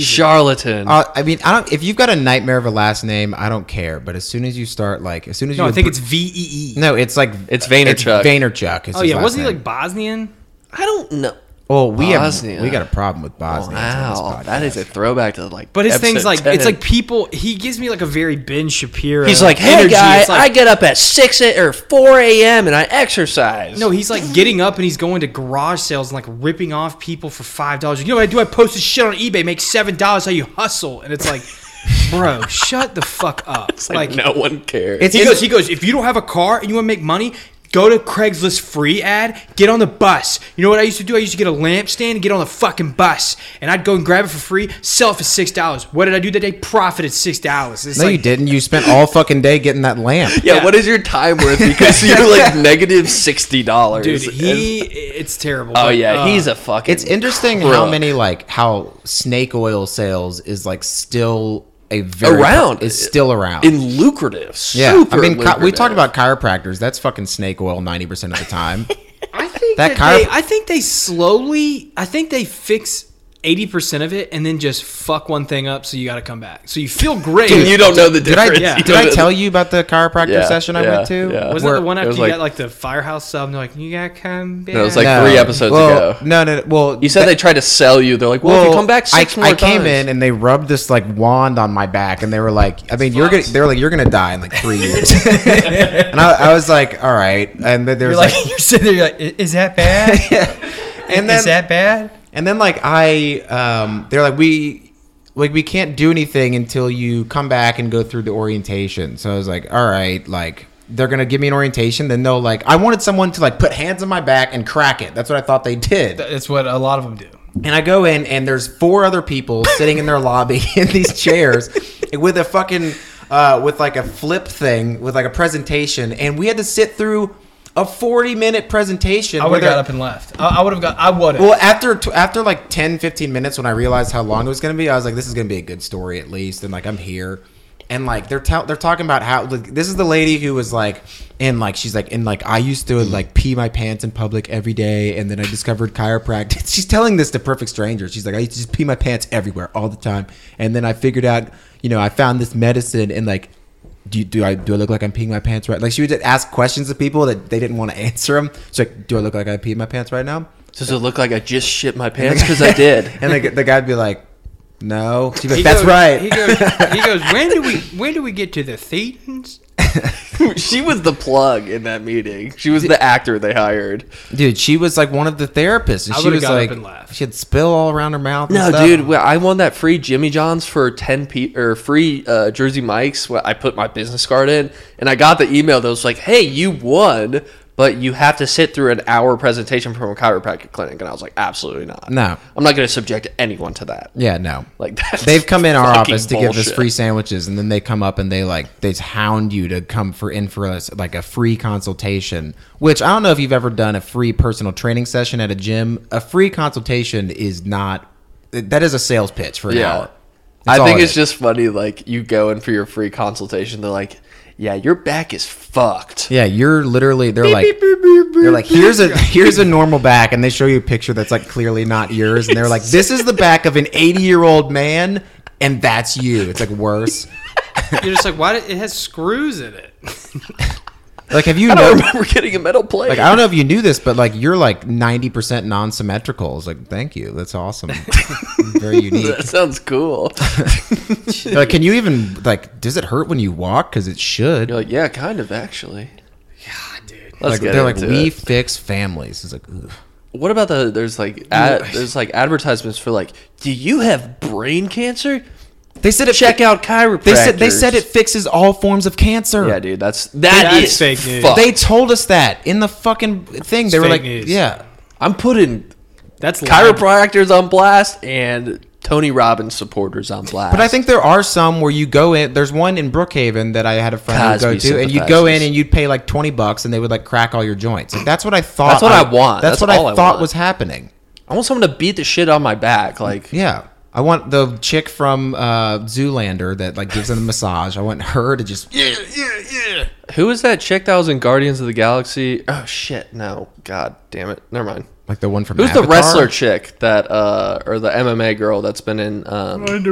A: Charlatan.
B: Uh, I mean, I don't. If you've got a nightmare of a last name, I don't care. But as soon as you start, like, as soon as
C: No,
B: you,
C: I think it's V E E.
B: no, it's like
A: It's Vaynerchuk.
B: Vaynerchuk. Is
C: Oh
B: his
C: yeah,
B: last
C: wasn't he
B: name.
C: like Bosnian?
A: I don't know.
B: Well, we
A: Bosnia.
B: have we got a problem with Bosnia.
A: Wow, that is a throwback to like.
C: But his thing's
A: episode
C: like
A: 10.
C: it's like people. He gives me like a very Ben Shapiro.
A: He's like, hey
C: energy."
A: guy,
C: It's like-
A: I get up at six a- or four a.m. and I exercise.
C: No, he's like getting up and he's going to garage sales and like ripping off people for five dollars. You know what I do? I post this shit on eBay, make seven dollars. How you hustle? And it's like, bro, shut the fuck up.
A: like,
C: like,
A: no one cares.
B: It's-
C: he goes, he goes. If you don't have a car and you want to make money. Go to Craigslist free ad, get on the bus. You know what I used to do? I used to get a lampstand and get on the fucking bus. And I'd go and grab it for free, sell it for $6. What did I do that day? Profited $6. It's
B: No,
C: like,
B: you didn't. You spent all fucking day getting that lamp.
A: yeah, what is your time worth? Because you're like negative sixty dollars.
C: Dude, he, it's terrible.
A: Oh
C: but,
A: yeah,
C: uh,
A: he's a fucking.
B: It's interesting
A: crook.
B: how many like how snake oil sales is like still a very
A: Around.
B: is still around.
A: and lucrative.
B: yeah,
A: super
B: I mean, chi- we
A: lucrative.
B: talked about chiropractors. That's fucking snake oil ninety percent of the time.
C: I think
B: That
C: that,
B: chiro-
C: they, I think they slowly. I think they fix eighty percent of it and then just fuck one thing up, so you got to come back. So you feel great.
A: And you don't know the
B: Did I
A: difference.
C: yeah.
A: You
B: did I
A: don't-
B: tell you about the chiropractor
A: Yeah,
B: session I
A: yeah,
B: went to?
A: yeah.
C: Wasn't that
B: Where-
C: the one
A: it
C: after
A: was
C: you
A: like-
C: got like the firehouse sub? And they're like, you gotta come back.
A: No, it was like three episodes
B: well,
A: ago.
B: No, no, no. Well,
A: You said they tried to sell you. They're like, well, if you come back six
B: I,
A: more
B: I came
A: times-
B: in and they rubbed this like wand on my back, and they were like, "I mean, you're gonna." They were like, "You're gonna die in like three years," and I, I was like, "All right." And then there was like,
C: you're sitting there, you're like, "I- is that bad?
B: and then
C: bad?
B: and then like I, um, they're like, "We." Like we can't do anything until you come back and go through the orientation. So I was like, all right, like they're gonna give me an orientation, then they'll like I wanted someone to like put hands on my back and crack it. That's what I thought they did.
C: That's what a lot of them do.
B: And I go in, and there's four other people sitting in their lobby in these chairs with a fucking, uh, with like a flip thing, with like a presentation. And we had to sit through a 40 minute presentation.
C: I
B: where
C: would have
B: they're-
C: got up and left. I, I would have got. I would have.
B: well, after t- after like 10, 15 minutes, when I realized how long it was going to be, I was like, "This is going to be a good story at least." And like, I'm here, and like they're tell they're talking about how like, this is the lady who was like, and like she's like, and like I used to like pee my pants in public every day, and then I discovered chiropractic. she's telling this to perfect strangers. She's like, I used to just pee my pants everywhere all the time, and then I figured out, you know, I found this medicine, and like do, you, do I do I look like I'm peeing my pants right? Like she would just ask questions of people that they didn't want to answer them. She's like, "Do I look like I peed my pants right now?"
A: Does it look like I just shit my pants? Because I did.
B: And the, the guy'd be like, "No." She'd be like,
C: He
B: "That's
C: goes-
B: right."
C: He goes, he goes. When do we? When do we get to the thetans?
A: she was the plug in that meeting. She was the actor they hired.
B: Dude, she was like one of the therapists, and
C: I
B: she
C: would've
B: was
C: got up
B: like,
C: and laughed.
B: she had spill all around her mouth. and
A: No,
B: stuff.
A: dude, well, I won that free Jimmy John's for ten pe- or free uh, Jersey Mike's. Where I put my business card in, and I got the email that was like, "Hey, you won, but you have to sit through an hour presentation from a chiropractic clinic." And I was like, "Absolutely not.
B: No.
A: I'm not going to subject anyone to that."
B: Yeah, no.
A: Like that's
B: They've come in our
A: fucking
B: office to give us
A: bullshit.
B: free sandwiches, and then they come up and they like they hound you to come for in for us like a free consultation. Which I don't know if you've ever done a free personal training session at a gym. A free consultation is not that is a sales pitch for an
A: Yeah.
B: hour.
A: I
B: all
A: think
B: it
A: it's
B: is.
A: just funny. Like you go in for your free consultation, they're like, "Yeah, your back is fucked."
B: Yeah, you're literally they're like they're like here's a here's a normal back and they show you a picture that's like clearly not yours and they're like this is the back of an 80-year-old man and that's you. It's like worse.
C: You're just like, why? Did, it has screws in it.
B: Like have you
A: I
B: noticed-
A: don't remember getting a metal plate.
B: Like I don't know if you knew this, but like you're like ninety percent non-symmetrical. It's like thank you, that's awesome, very unique.
A: that sounds cool.
B: like, can you even like? Does it hurt when you walk? Because it should.
A: You're like, yeah, kind of actually.
C: God, dude.
A: Let's
B: like
A: get
B: they're like
A: into
B: we
A: it.
B: fix families. It's like ooh.
A: What about the there's like ad, there's like advertisements for like, do you have brain cancer?
B: they said it.
A: Check out chiropractors.
B: They said they said it fixes all forms of cancer.
A: Yeah, dude, that's that
C: That's
A: is
C: fake news.
A: fucked.
B: They told us that in the fucking thing. they were
C: fake
B: like,
C: news.
B: yeah,
A: I'm putting
C: That's live.
A: chiropractors on blast and Tony Robbins supporters on blast.
B: But I think there are some where you go in. There's one in Brookhaven that I had a friend who go
A: Cosby
B: to, and you'd go in
A: sympathizers.
B: and you'd pay like twenty bucks, and they would like crack all your joints. Like, that's what I thought.
A: That's what I want. That's
B: That's, what
A: all
B: I
A: I
B: thought
A: want.
B: was happening.
A: I want someone to beat the shit on my back. Like,
B: Yeah, I want the chick from uh, Zoolander that like gives them the massage. I want her to just.
A: who is that chick that was in Guardians of the Galaxy? Oh shit, no, god damn it, never mind.
B: Like the one from
A: Who's the
B: Avatar?
A: wrestler chick that uh or the MMA girl that's been in um Ronda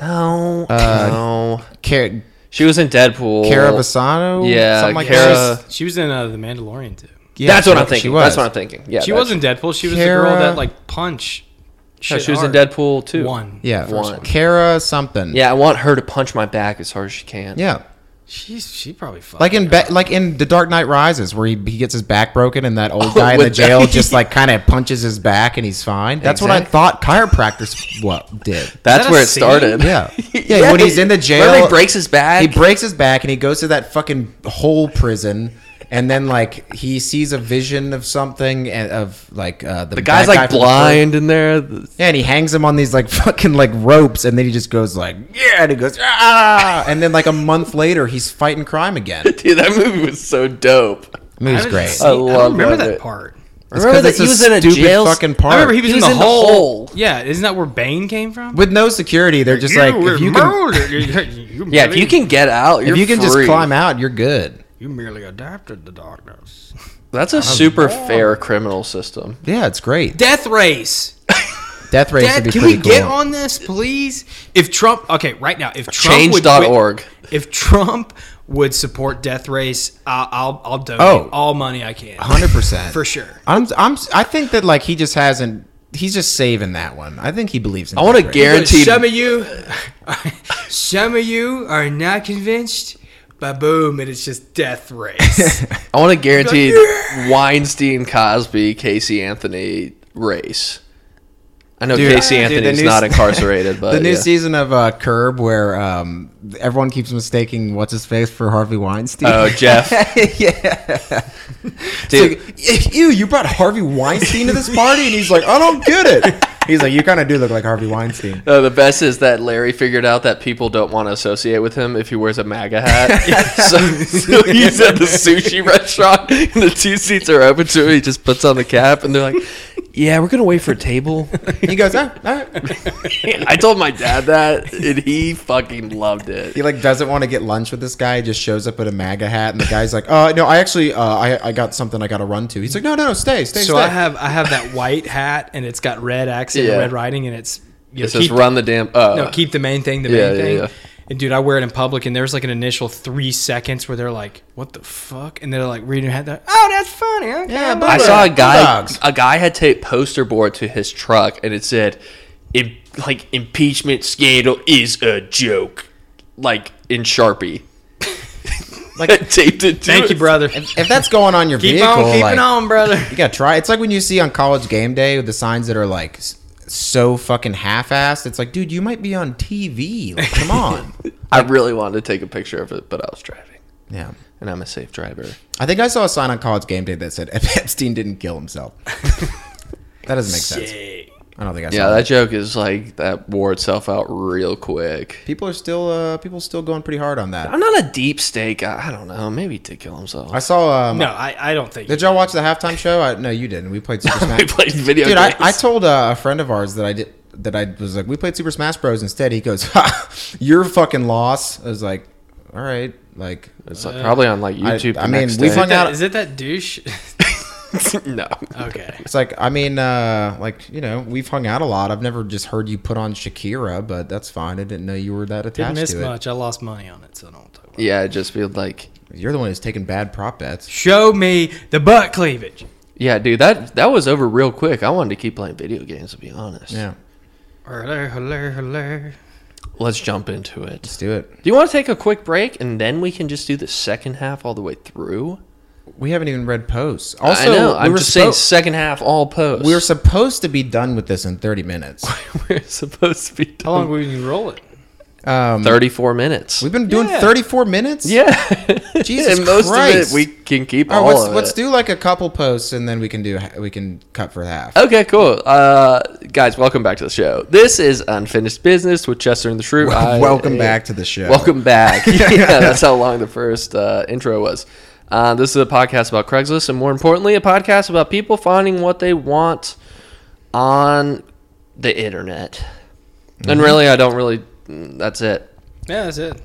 A: No, no.
B: Cara,
A: She was in Deadpool.
B: Uh, Cara Visano?
A: Yeah,
B: something like
A: Cara-
B: that.
A: Uh,
C: She was in uh, the Mandalorian too.
B: Yeah,
A: That's what
B: she-
A: I'm
B: she
A: thinking.
B: was.
A: That's what I'm thinking. Yeah,
C: She
A: that
C: wasn't Deadpool. She was the
B: Kara-
C: girl that like punch.
A: Yeah,
C: Shit
A: she was in
C: hard.
A: Deadpool too.
C: One.
B: Yeah, first
A: One.
B: one. Cara something.
A: Yeah, I want her to punch my back as hard as she can.
B: yeah.
C: She's she probably fucked.
B: Like in ba- like in The Dark Knight Rises, where he, he gets his back broken, and that old guy in the
A: with-
B: jail just like kind of punches his back, and he's fine. That's what I
A: Exactly.
B: thought chiropractors what did.
A: That's
C: that a
A: where it
C: scene?
A: started.
B: Yeah. Yeah, when he's in the jail-
A: Remember he breaks his back.
B: He breaks his back, and he goes to that fucking whole prison, and then like he sees a vision of something and of like uh, the,
A: the guy's
B: bad guy
A: like
B: from the first-
A: blind in there.
B: Yeah, and he hangs him on these like fucking like ropes, and then he just goes like yeah, and he goes ah, and then like a month later he's fighting crime again. It
A: Dude, that movie was so dope.
B: was
C: haven't
B: great.
C: seen-
A: I
C: I,
A: love
C: don't remember that
A: it.
C: part.
A: Remember that
B: It's
A: he
B: 'cause
A: was
B: it's
A: in a
B: stupid
A: jail
B: fucking park.
C: I remember he was, in, the, hole.
A: hole.
C: Yeah, isn't that where Bane came from?
B: with no security. They're just like if you can,
A: Yeah, if you can get out, you're
B: if you can just
A: free.
B: climb out, you're good.
C: you merely adapted the darkness.
A: That's a super fair criminal system.
B: Yeah, it's great.
C: Death race.
B: Death race would
C: Dad,
B: be
C: can
B: pretty
C: we
B: cool.
C: get on this, please? If Trump, okay, right now, if Trump would quit-
A: Change.org.
C: if Trump would support death race, I'll I'll, I'll donate
B: Oh.
C: all money I can,
B: Hundred percent
C: for sure.
B: I'm I'm I think that like he just hasn't. He's just saving that one. I think he believes in.
A: I want to
B: death race.
C: But
A: guarantee.
C: some of you, some of you are not convinced. But boom, and it's just death race.
A: I want to guarantee Weinstein, Cosby, Casey Anthony race. I know
B: Dude,
A: Casey
B: dude, the
A: Anthony's
B: new-
A: not incarcerated, but
B: the new
A: yeah.
B: season of uh, Curb, where um, everyone keeps mistaking what's his face for Harvey Weinstein.
A: Oh, Jeff.
B: yeah,
A: Dude,
B: Like, ew, you brought Harvey Weinstein to this party, and he's like, I don't get it. He's like, you kind of do look like Harvey Weinstein.
A: no, the best is that Larry figured out that people don't want to associate with him if he wears a MAGA hat. so, so he's at the sushi restaurant and the two seats are open to him. He just puts on the cap and they're like, yeah, we're going to wait for a table.
B: He goes, ah, all right.
A: I told my dad that and he fucking loved it.
B: he like doesn't want to get lunch with this guy. He just shows up in a MAGA hat, and the guy's like, "Uh, no, I actually, uh, I, I got something I got to run to." He's like, "No, no, no, stay, stay,
C: so
B: stay."
C: I have I have that white hat, and it's got red accent, and
A: Yeah.
C: red writing, and it's you know,
A: It says
C: keep-
A: run the damn. Uh,
C: no, keep the main thing the
A: Yeah,
C: main
A: yeah,
C: thing.
A: yeah.
C: And dude, I wear it in public, and there's like an initial three seconds where they're like, "What the fuck?" And they're like reading your head. They're like, "Oh, that's funny." Okay.
B: Yeah,
A: I
B: Bulldog-
A: saw a guy.
B: Bulldogs.
A: A guy had taped poster board to his truck, and it said, "Im- "Like impeachment scandal is a joke." Like in Sharpie.
B: Like-
A: taped it. To
C: Thank you,
A: it.
C: brother.
B: If that's going on your
C: Keep
B: vehicle,
C: on keeping
B: like,
C: on, brother.
B: you gotta try. It's like when you see on college game day with the signs that are like s- so fucking half-assed. It's like, dude, you might be on TV. Like, come on.
A: I really wanted to take a picture of it, but I was driving,
B: yeah.
A: and I'm a safe driver.
B: I think I saw a sign on college game day that said if Epstein didn't kill himself. that doesn't make sense.
C: Sick.
B: I don't think I saw
A: Yeah,
B: that.
A: that joke is like that wore itself out real quick.
B: People are still uh, people still going pretty hard on that.
A: I'm not a deep steak. guy. I don't know. Maybe he did kill himself.
B: I saw. Um,
C: No, I, I don't think.
B: Did y'all watch the halftime show? I, no, you didn't. We played Super
A: we
B: Smash.
A: played video
B: Dude, I,
A: games.
B: I told uh, a friend of ours that I did that I was like, we played Super Smash Bros. Instead, he goes, ha, "You're fucking lost." I was like, "All right." Like,
A: it's like probably on like
B: I-
A: YouTube.
B: I
A: the
B: mean,
A: next
B: we
A: day.
C: Is it
B: hung Uh, out-
C: that- is it that douche?
A: no.
C: okay.
B: it's like I mean, uh, like you know, we've hung out a lot. I've never just heard you put on Shakira, but that's fine. I didn't know you were that
C: Didn't
B: attached
C: miss
B: to it.
C: much. I lost money on it, so I don't talk about it.
A: Yeah, it'd just be like,
B: You're the one who's taking bad prop bets.
C: Show me the butt cleavage.
A: yeah, dude, that that was over real quick. I wanted to keep playing video games to be honest.
B: Yeah,
C: Hurler, hurler, hurler.
A: Let's jump into it.
B: let's do it.
A: Do you want to take a quick break and then we can just do the second half all the way through?
B: We haven't even read posts. Also,
A: I know.
B: we
A: I'm
B: were
A: just saying
B: spo-
A: second half all posts.
B: we were supposed to be done with this in 30 minutes.
A: we're supposed to be done.
C: How long will you roll it?
B: Um,
A: 34 minutes.
B: We've been doing
C: Yeah.
B: 34 minutes.
A: yeah.
B: Jesus
A: and most of
B: Christ.
A: it we can keep
B: All
A: all
B: right, let's
A: of
B: let's
A: it.
B: do like a couple posts and then we can do we can cut for half.
A: Okay, cool. Uh, guys, welcome back to the show. This is Unfinished Business with Chester and the Shrew. Oh, I-
B: welcome back to the show.
A: Welcome back. yeah, that's how long the first uh, intro was. Uh, this is a podcast about Craigslist, and more importantly, a podcast about people finding what they want on the internet. And really, I don't really. mm, That's it.
C: Yeah, that's it.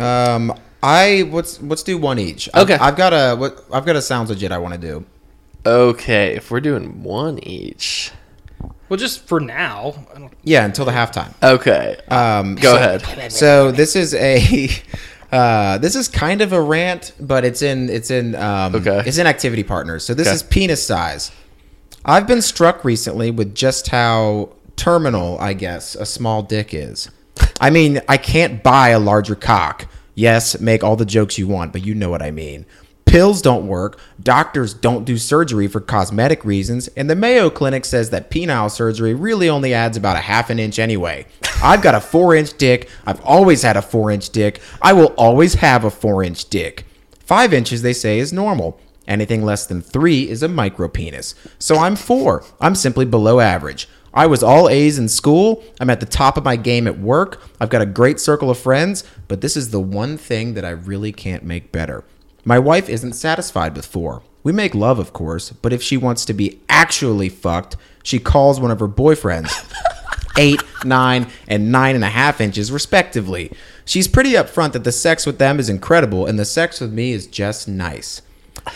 B: Um, I let's let's do one each. I've-
A: Okay.
B: I've, got a what I've got a sounds legit I want to do.
A: Okay, if we're doing one each.
C: Well, just for now. I don't,
B: Yeah, until the halftime.
A: Okay,
B: Um,
A: go
B: so-
A: ahead.
B: So this is a. Uh, this is kind of a rant, but it's in it's in um,
A: Okay.
B: it's in activity partners. So this
A: Okay.
B: is penis size. I've been struck recently with just how terminal, I guess, a small dick is. I mean, I can't buy a larger cock. Yes, make all the jokes you want, but you know what I mean. Pills don't work, doctors don't do surgery for cosmetic reasons, and the Mayo Clinic says that penile surgery really only adds about a half an inch anyway. I've got a four inch dick, I've always had a four inch dick, I will always have a four inch dick. Five inches, they say, is normal. Anything less than three is a micro penis. So I'm four. I'm simply below average. I was all A's in school. I'm at the top of my game at work. I've got a great circle of friends, but this is the one thing that I really can't make better. My wife isn't satisfied with four. We make love, of course, but if she wants to be actually fucked, she calls one of her boyfriends. eight, nine, and nine and a half inches, respectively. She's pretty upfront that the sex with them is incredible and the sex with me is just nice.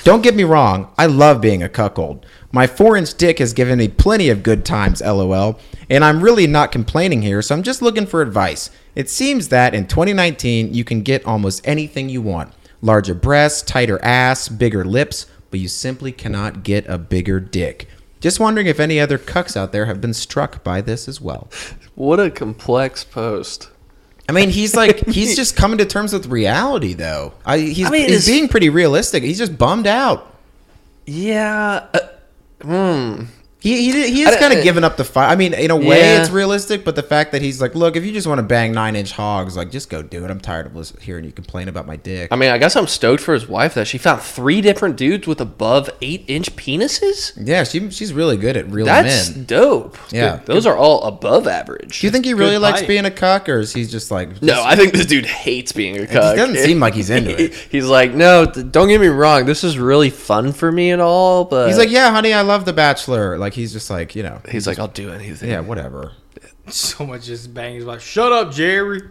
B: Don't get me wrong, I love being a cuckold. My four inch dick has given me plenty of good times, lol, and I'm really not complaining here, so I'm just looking for advice. It seems that in 2019, you can get almost anything you want larger breasts, tighter ass, bigger lips, but you simply cannot get a bigger dick. Just wondering if any other cucks out there have been struck by this as well.
A: What a complex post.
B: I mean, he's like he's just coming to terms with reality, though. I, he's
A: I mean, it's-
B: he's being pretty realistic. He's just bummed out.
A: Yeah. uh, Hmm.
B: He he, he
A: I
B: is
A: don't-
B: kind of giving up the fight. I mean, in a way,
A: Yeah.
B: it's realistic, but the fact that he's like, look, if you just want to bang nine inch hogs, like just go do it. I'm tired of lis- hearing you complain about my dick.
A: I mean, I guess I'm stoked for his wife that she found three different dudes with above eight inch penises.
B: yeah, she she's really good at real
A: That's
B: men.
A: dope.
B: Yeah.
A: Dude, those are all above average.
B: Do you think he really
C: good
B: likes
C: bite.
B: being a cuck, or is he just like
A: no, I think this dude hates being a cuck.
B: doesn't seem like he's into it.
A: He's like, no, th- don't get me wrong. This is really fun for me and all, but
B: He's like, yeah, honey, I love The Bachelor. Like he's just like you know,
A: he's like, I'll do anything.
B: yeah, whatever.
C: so much just bangs like, shut up, Jerry.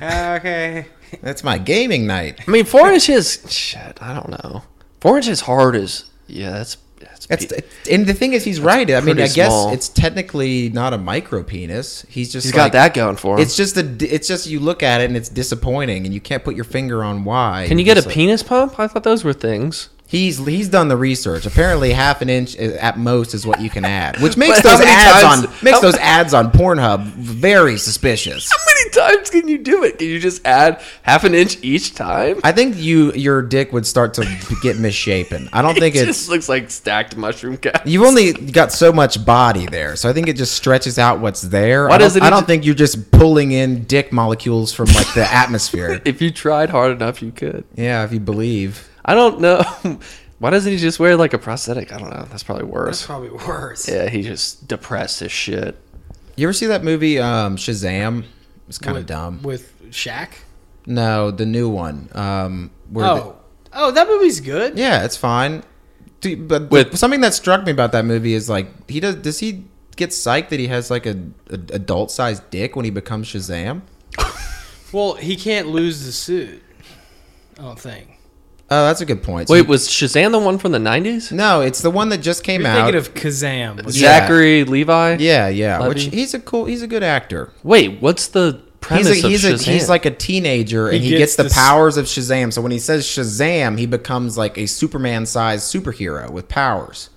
C: okay.
B: That's my gaming night.
A: I mean, four inches. Shit, I don't know. Four inches hard is yeah. That's that's.
B: That's and the thing is, he's right. I mean, I
A: pretty
B: guess
A: small.
B: it's technically not a micro penis. He's just
A: he's got
B: like,
A: that going for him.
B: It's just a. It's just you look at it and it's disappointing, and you can't put your finger on why.
A: Can you
B: You're
A: get a
B: just like-
A: penis pump? I thought those were things.
B: He's he's done the research. Apparently, half an inch is, at most is what you can add, which makes
A: But how
B: those
A: many
B: ads
A: times-
B: on makes
A: how-
B: those ads on Pornhub very suspicious.
A: How many times can you do it? Can you just add half an inch each time?
B: I think you your dick would start to get misshapen. I don't think
A: it
B: it's
A: just looks like stacked mushroom caps.
B: you've only got so much body there, so I think it just stretches out what's there.
A: Why
B: I don't,
A: doesn't it
B: I don't
A: ju-
B: think you're just pulling in dick molecules from like the atmosphere.
A: if you tried hard enough, you could.
B: Yeah, if you believe.
A: I don't know. Why doesn't he just wear like a prosthetic? I don't know. That's probably
C: That's
A: worse.
C: probably worse.
A: yeah, he just depressed as shit.
B: You ever see that movie um, Shazam? It's kind of
C: With-
B: dumb.
C: With Shaq.
B: No, the new one. Um, where the-
C: Oh, oh, that movie's good.
B: Yeah, it's fine. Do, but
A: With-
B: something that struck me about that movie is like he does. Does he get psyched that he has like a, a adult sized dick when he becomes Shazam?
C: Well, he can't lose the suit. I don't think.
B: Oh, that's a good point. So
A: Wait,
B: he-
A: was Shazam the one from the 90s?
B: no, it's the one that just came
C: You're
B: out.
C: thinking of Kazam. Was
B: Yeah.
A: Zachary Levi?
B: yeah, yeah.
A: Levy.
B: Which he's a cool. He's a good actor.
A: Wait, what's the
B: He's
A: premise
B: a,
A: of
B: he's, a,
A: Shazam?
B: he's like a teenager, and he, gets,
C: gets
B: the
C: this-
B: powers of Shazam. So when he says Shazam, he becomes like a Superman-sized superhero with powers.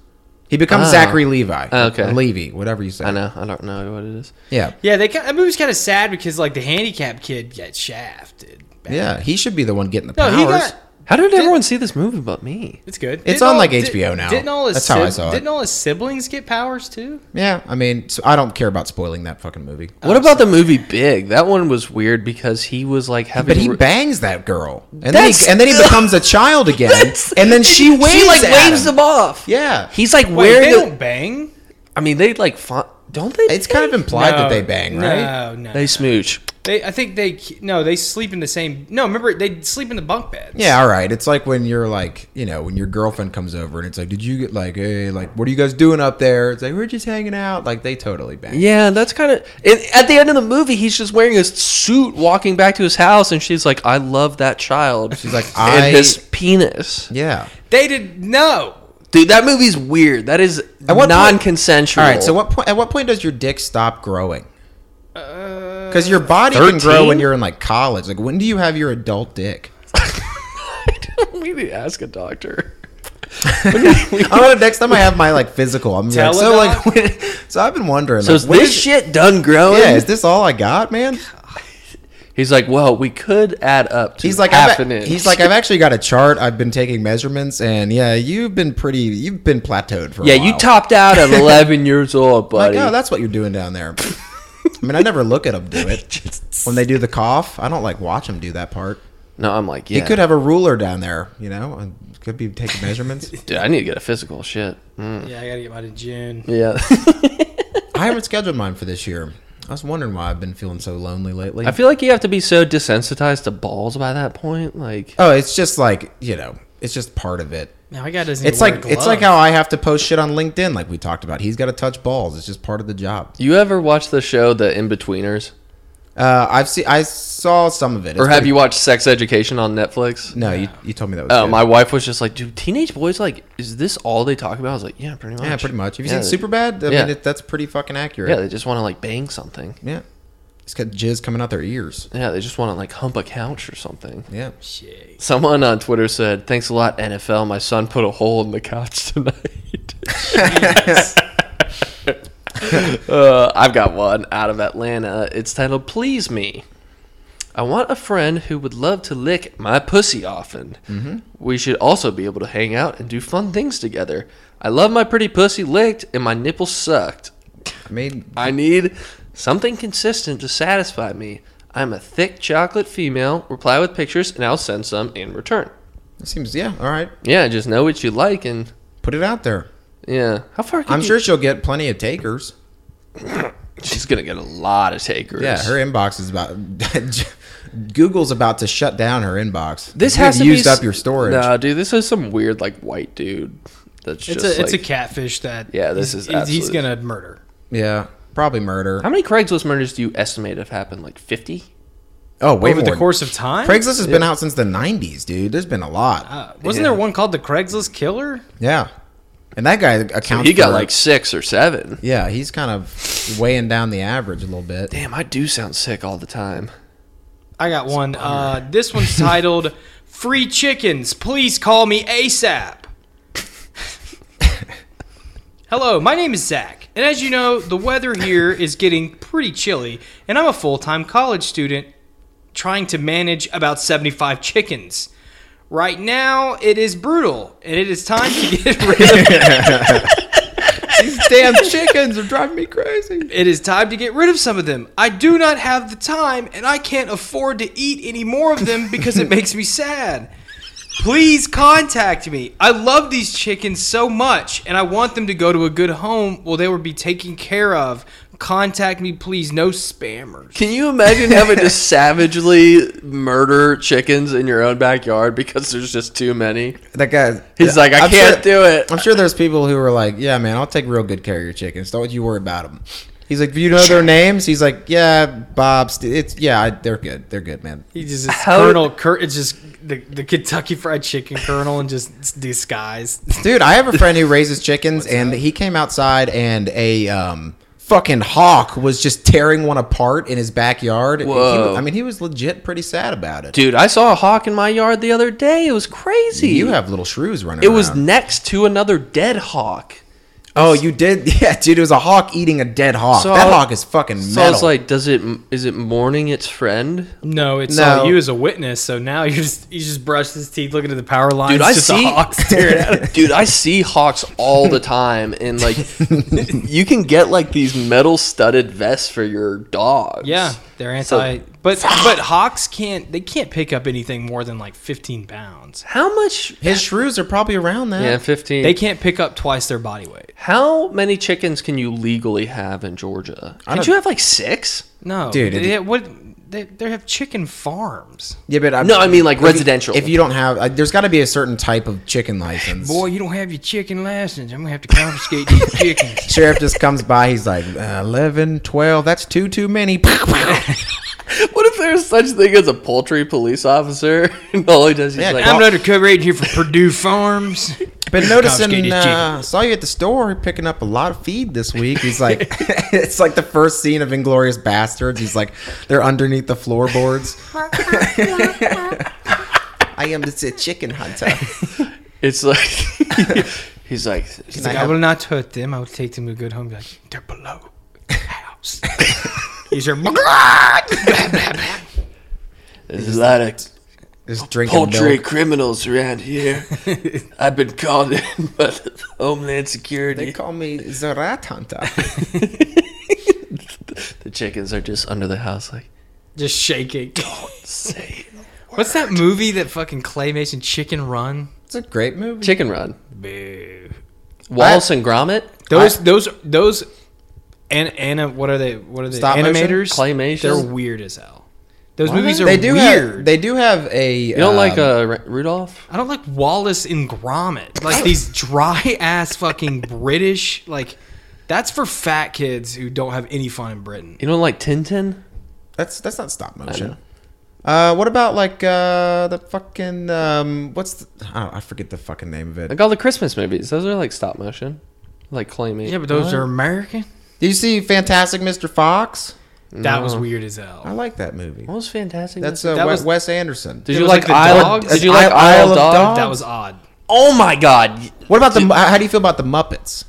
B: He becomes
A: Ah.
B: Zachary Levi,
A: Ah, okay.
B: or Levy, whatever you say.
A: I know. I don't know what it is.
B: Yeah,
C: Yeah, they ki- that movie's kind of sad because like the handicapped kid got shafted. bad.
B: yeah. He should be the one getting the
C: No,
B: powers.
C: he got.
A: How did everyone see this movie but me?
C: It's good. It's
B: on, like, HBO now.
C: Didn't all his
B: That's how I
C: sib-
B: saw it.
C: Didn't all his siblings get powers too?
B: Yeah, I mean, so I don't care about spoiling that fucking movie.
A: What about the movie Big? That one was weird because he was like having.
B: But he
A: re-
B: bangs that girl, and then
A: That's-
B: he, and then he becomes a child again,
A: That's-
B: and then she waves.
A: She like
B: at
A: waves
B: him.
A: them off.
B: Yeah,
A: He's like
C: Wait,
A: wearing.
C: they
A: the-
C: don't bang.
A: I mean, they like. Fa- don't they?
B: it's kind of implied that they bang, right?
C: No, no.
A: They smooch.
C: They, I think they no, they sleep in the same. No, remember they sleep in the bunk beds.
B: Yeah, all right. It's like when you're like, you know, when your girlfriend comes over and it's like, did you get like, hey, like, what are you guys doing up there? It's like we're just hanging out. Like they totally bang.
A: Yeah, that's kind of. At the end of the movie, he's just wearing a suit, walking back to his house, and she's like, "I love that child."
B: She's like,
A: and
B: I.
A: his penis,
B: yeah.
C: they did no.
A: dude. That movie's weird. That is
B: what point-
A: non-consensual.
B: All right. So what point? At what point does your dick stop growing?
C: Uh,
B: Because your body can grow
A: 13?
B: when you're in like college. Like when do you have your adult dick?
A: we need to ask a doctor.
B: I don't know. Next time I have my like physical, I'm gonna be like, so
C: Teledoc?
B: like, when- so I've been wondering.
A: So
B: like,
A: is
B: when
A: this
B: is-
A: shit done growing?
B: Yeah, is this all I got, man?
A: he's like, well, we could add up to
B: He's like,
A: half
B: I've,
A: an inch.
B: he's like, I've actually got a chart. I've been taking measurements, and yeah, you've been pretty, you've been plateaued for.
A: yeah,
B: a while.
A: you topped out at 11 years old,
B: Like,
A: buddy.
B: oh, that's what you're doing down there. I mean, I never look at them do it when they do the cough. I don't like watch them do that part.
A: no, I'm like, yeah.
B: He could have a ruler down there, you know, and could be taking measurements.
A: Dude, I need to get a physical. Shit. Mm.
C: yeah, I gotta get mine in June.
A: Yeah.
B: I haven't scheduled mine for this year. I was wondering why I've been feeling so lonely lately.
A: I feel like you have to be so desensitized to balls by that point. Like,
B: oh, it's just like you know, it's just part of it.
C: Now I got doesn't.
B: It's
C: even
B: like
C: wear
B: it's like
C: gloves.
B: how I have to post shit on LinkedIn, like we talked about. He's got to touch balls. It's just part of the job.
A: you ever watch the show The Inbetweeners?
B: Uh, I've seen, I saw some of it. It's
A: Or have
B: pretty-
A: you watched Sex Education on Netflix?
B: No, you, you told me that was.
A: Oh,
B: good.
A: my wife was just like, dude, teenage boys, like, is this all they talk about? I was like, yeah, pretty much.
B: Yeah, pretty much. Have you
A: Yeah,
B: seen
A: they-
B: Superbad? I
A: yeah.
B: mean, it, that's pretty fucking accurate.
A: Yeah, they just want to, like, bang something.
B: Yeah. It's got jizz coming out their ears.
A: Yeah, they just want to, like, hump a couch or something.
B: Yeah.
C: Shit.
A: Someone on Twitter said, "Thanks a lot, NFL. My son put a hole in the couch tonight." uh, I've got one out of Atlanta. It's titled "Please Me." I want a friend who would love to lick my pussy often.
B: Mm-hmm.
A: We should also be able to hang out and do fun things together. I love my pretty pussy licked and my nipple sucked.
B: I mean,
A: I need something consistent to satisfy me. I'm a thick chocolate female. Reply with pictures, and I'll send some in return.
B: it seems, yeah, all right.
A: Yeah, just know what you like, and
B: Put it out there.
A: yeah, how far? Can
B: I'm
A: you-
B: sure she'll get plenty of takers.
A: she's gonna get a lot of takers.
B: Yeah, her inbox is about. Google's about to shut down her inbox.
A: This
B: You've
A: has to
B: used
A: be s-
B: up your storage.
A: Nah, dude, this is some weird like white dude. That's
C: It's
A: just
C: a it's a
A: like-
C: catfish that.
A: Yeah, this
C: he's-
A: is
C: he's, he's
A: absolute-
C: gonna murder.
B: Yeah, probably murder.
A: How many Craigslist murders do you estimate have happened? Like fifty?
B: Oh, wait,
C: Over the course of time,
B: Craigslist has been out since the '90s, dude. There's been a lot.
C: Uh, wasn't there one called the Craigslist Killer?
B: yeah, and that guy accounts.
A: He got
B: for-
A: like six or seven.
B: Yeah, he's kind of weighing down the average a little bit.
A: Damn, I do sound sick all the time.
C: I got one. Uh, this one's titled "Free Chickens." Please call me ASAP. Hello, my name is Zach, and as you know, the weather here is getting pretty chilly, and I'm a full time college student trying to manage about 75 chickens. Right now, it is brutal, and it is time to get rid of
B: These damn chickens are driving me crazy.
C: It is time to get rid of some of them. I do not have the time, and I can't afford to eat any more of them because it makes me sad. Please contact me. I love these chickens so much, and I want them to go to a good home where they will be taken care of. Contact me, please. No spammers.
A: Can you imagine having to savagely murder chickens in your own backyard because there's just too many?
B: That guy.
A: He's like, I
B: I'm
A: can't
B: sure-
A: do it.
B: I'm sure there's people who are like, yeah, man, I'll take real good care of your chickens. Don't you worry about them. He's like, do you know their names? He's like, yeah, Bob. St- it's yeah, I, they're good. They're good, man.
C: He just is
A: How-
C: Colonel Kurt. It's just the, the Kentucky Fried Chicken Colonel and just disguise.
B: Dude, I have a friend who raises chickens, and he came outside, and a um, fucking hawk was just tearing one apart in his backyard. And he
A: Whoa.
B: wa- I mean, he was legit pretty sad about it.
A: Dude, I saw a hawk in my yard the other day. It was crazy.
B: you have little shrews running.
A: It was
B: around.
A: next to another dead hawk.
B: oh, you did, yeah, dude. It was a hawk eating a dead hawk.
A: So
B: that
A: I-
B: hawk is fucking metal.
A: So I was like, does it is it mourning its friend?
C: No, it's
B: No.
C: all you as a witness. So now you just you just brushed his teeth, looking at the power lines.
A: Dude, I
C: just
A: see-
C: a hawk staring at him.
A: Dude, I see hawks all the time, and like, you can get like these metal studded vests for your dogs.
C: Yeah, they're anti. but but hawks can't. They can't pick up anything more than like 15 pounds.
A: How much?
B: his shrews are probably around that.
A: Yeah, fifteen.
C: They can't pick up twice their body weight.
A: How many chickens can you legally have in Georgia? Can't
B: don't-
A: you have like six?
C: No,
B: Dude,
C: They,
B: it-
C: what? They, they have chicken farms.
B: Yeah, but I'm,
A: No, I mean, like,
B: if you-
A: residential.
B: If you don't have, like, there's got to be a certain type of chicken license.
C: Boy, you don't have your chicken license. I'm gonna have to confiscate these chickens.
B: Sheriff just comes by. He's like, "Uh, 11, 12, that's two too many.
A: What if there's such thing as a poultry police officer? and all he does is
B: Yeah,
A: like,
C: I'm an undercover agent here for Purdue Farms.
B: Been
C: Confiscated
B: noticing,
C: his
B: uh, saw you at the store picking up a lot of feed this week. He's like, it's like the first scene of Inglorious Bastards. He's like, they're underneath the floorboards. I am just a chicken hunter.
A: it's like, he's like,
C: He's like, I, will not hurt them. I will take them to a good home. Be like, they're below the house. He's your
A: there's a lot of
B: Just drinking
A: poultry
B: milk.
A: criminals around here. I've been called in by the Homeland Security.
B: They call me the rat hunter.
A: the chickens are just under the house, like,
C: just shaking.
A: say it.
C: What's that movie that fucking claymation Chicken Run?
B: It's a great movie.
A: Chicken Run. Wallace and Gromit.
C: Those those those and Anna what are they what are they
B: Stop motion?
C: animators?
A: Claymation?
C: They're weird as hell. Those
B: What?
C: movies are
B: they do
C: weird.
B: Have, they do have a. um,
A: You don't like uh, Ra- Rudolph?
C: I don't like Wallace and Gromit. Like these dry ass fucking British like that's for fat kids who don't have any fun in Britain.
A: You don't like Tintin?
B: That's that's not stop
A: know.
B: motion. Uh, what about like uh, the fucking um, what's the, I, don't, I forget the fucking name of it.
A: Like all the Christmas movies. Those are like stop motion, like claymation.
C: Yeah, but those are American.
B: Do you see Fantastic Mr. Fox?
C: That was
A: No.
C: weird as
B: I
C: hell.
B: like that movie.
A: What was fantastic?
B: That's uh,
C: That
B: Wes,
C: was-
B: Wes Anderson.
A: did
C: it
A: you
C: was
A: like,
C: like the
A: Isle?
C: dogs?
A: Did you like Isle, of Dogs?
C: That was odd.
A: Oh my God!
B: What about the? How do you feel about the Muppets?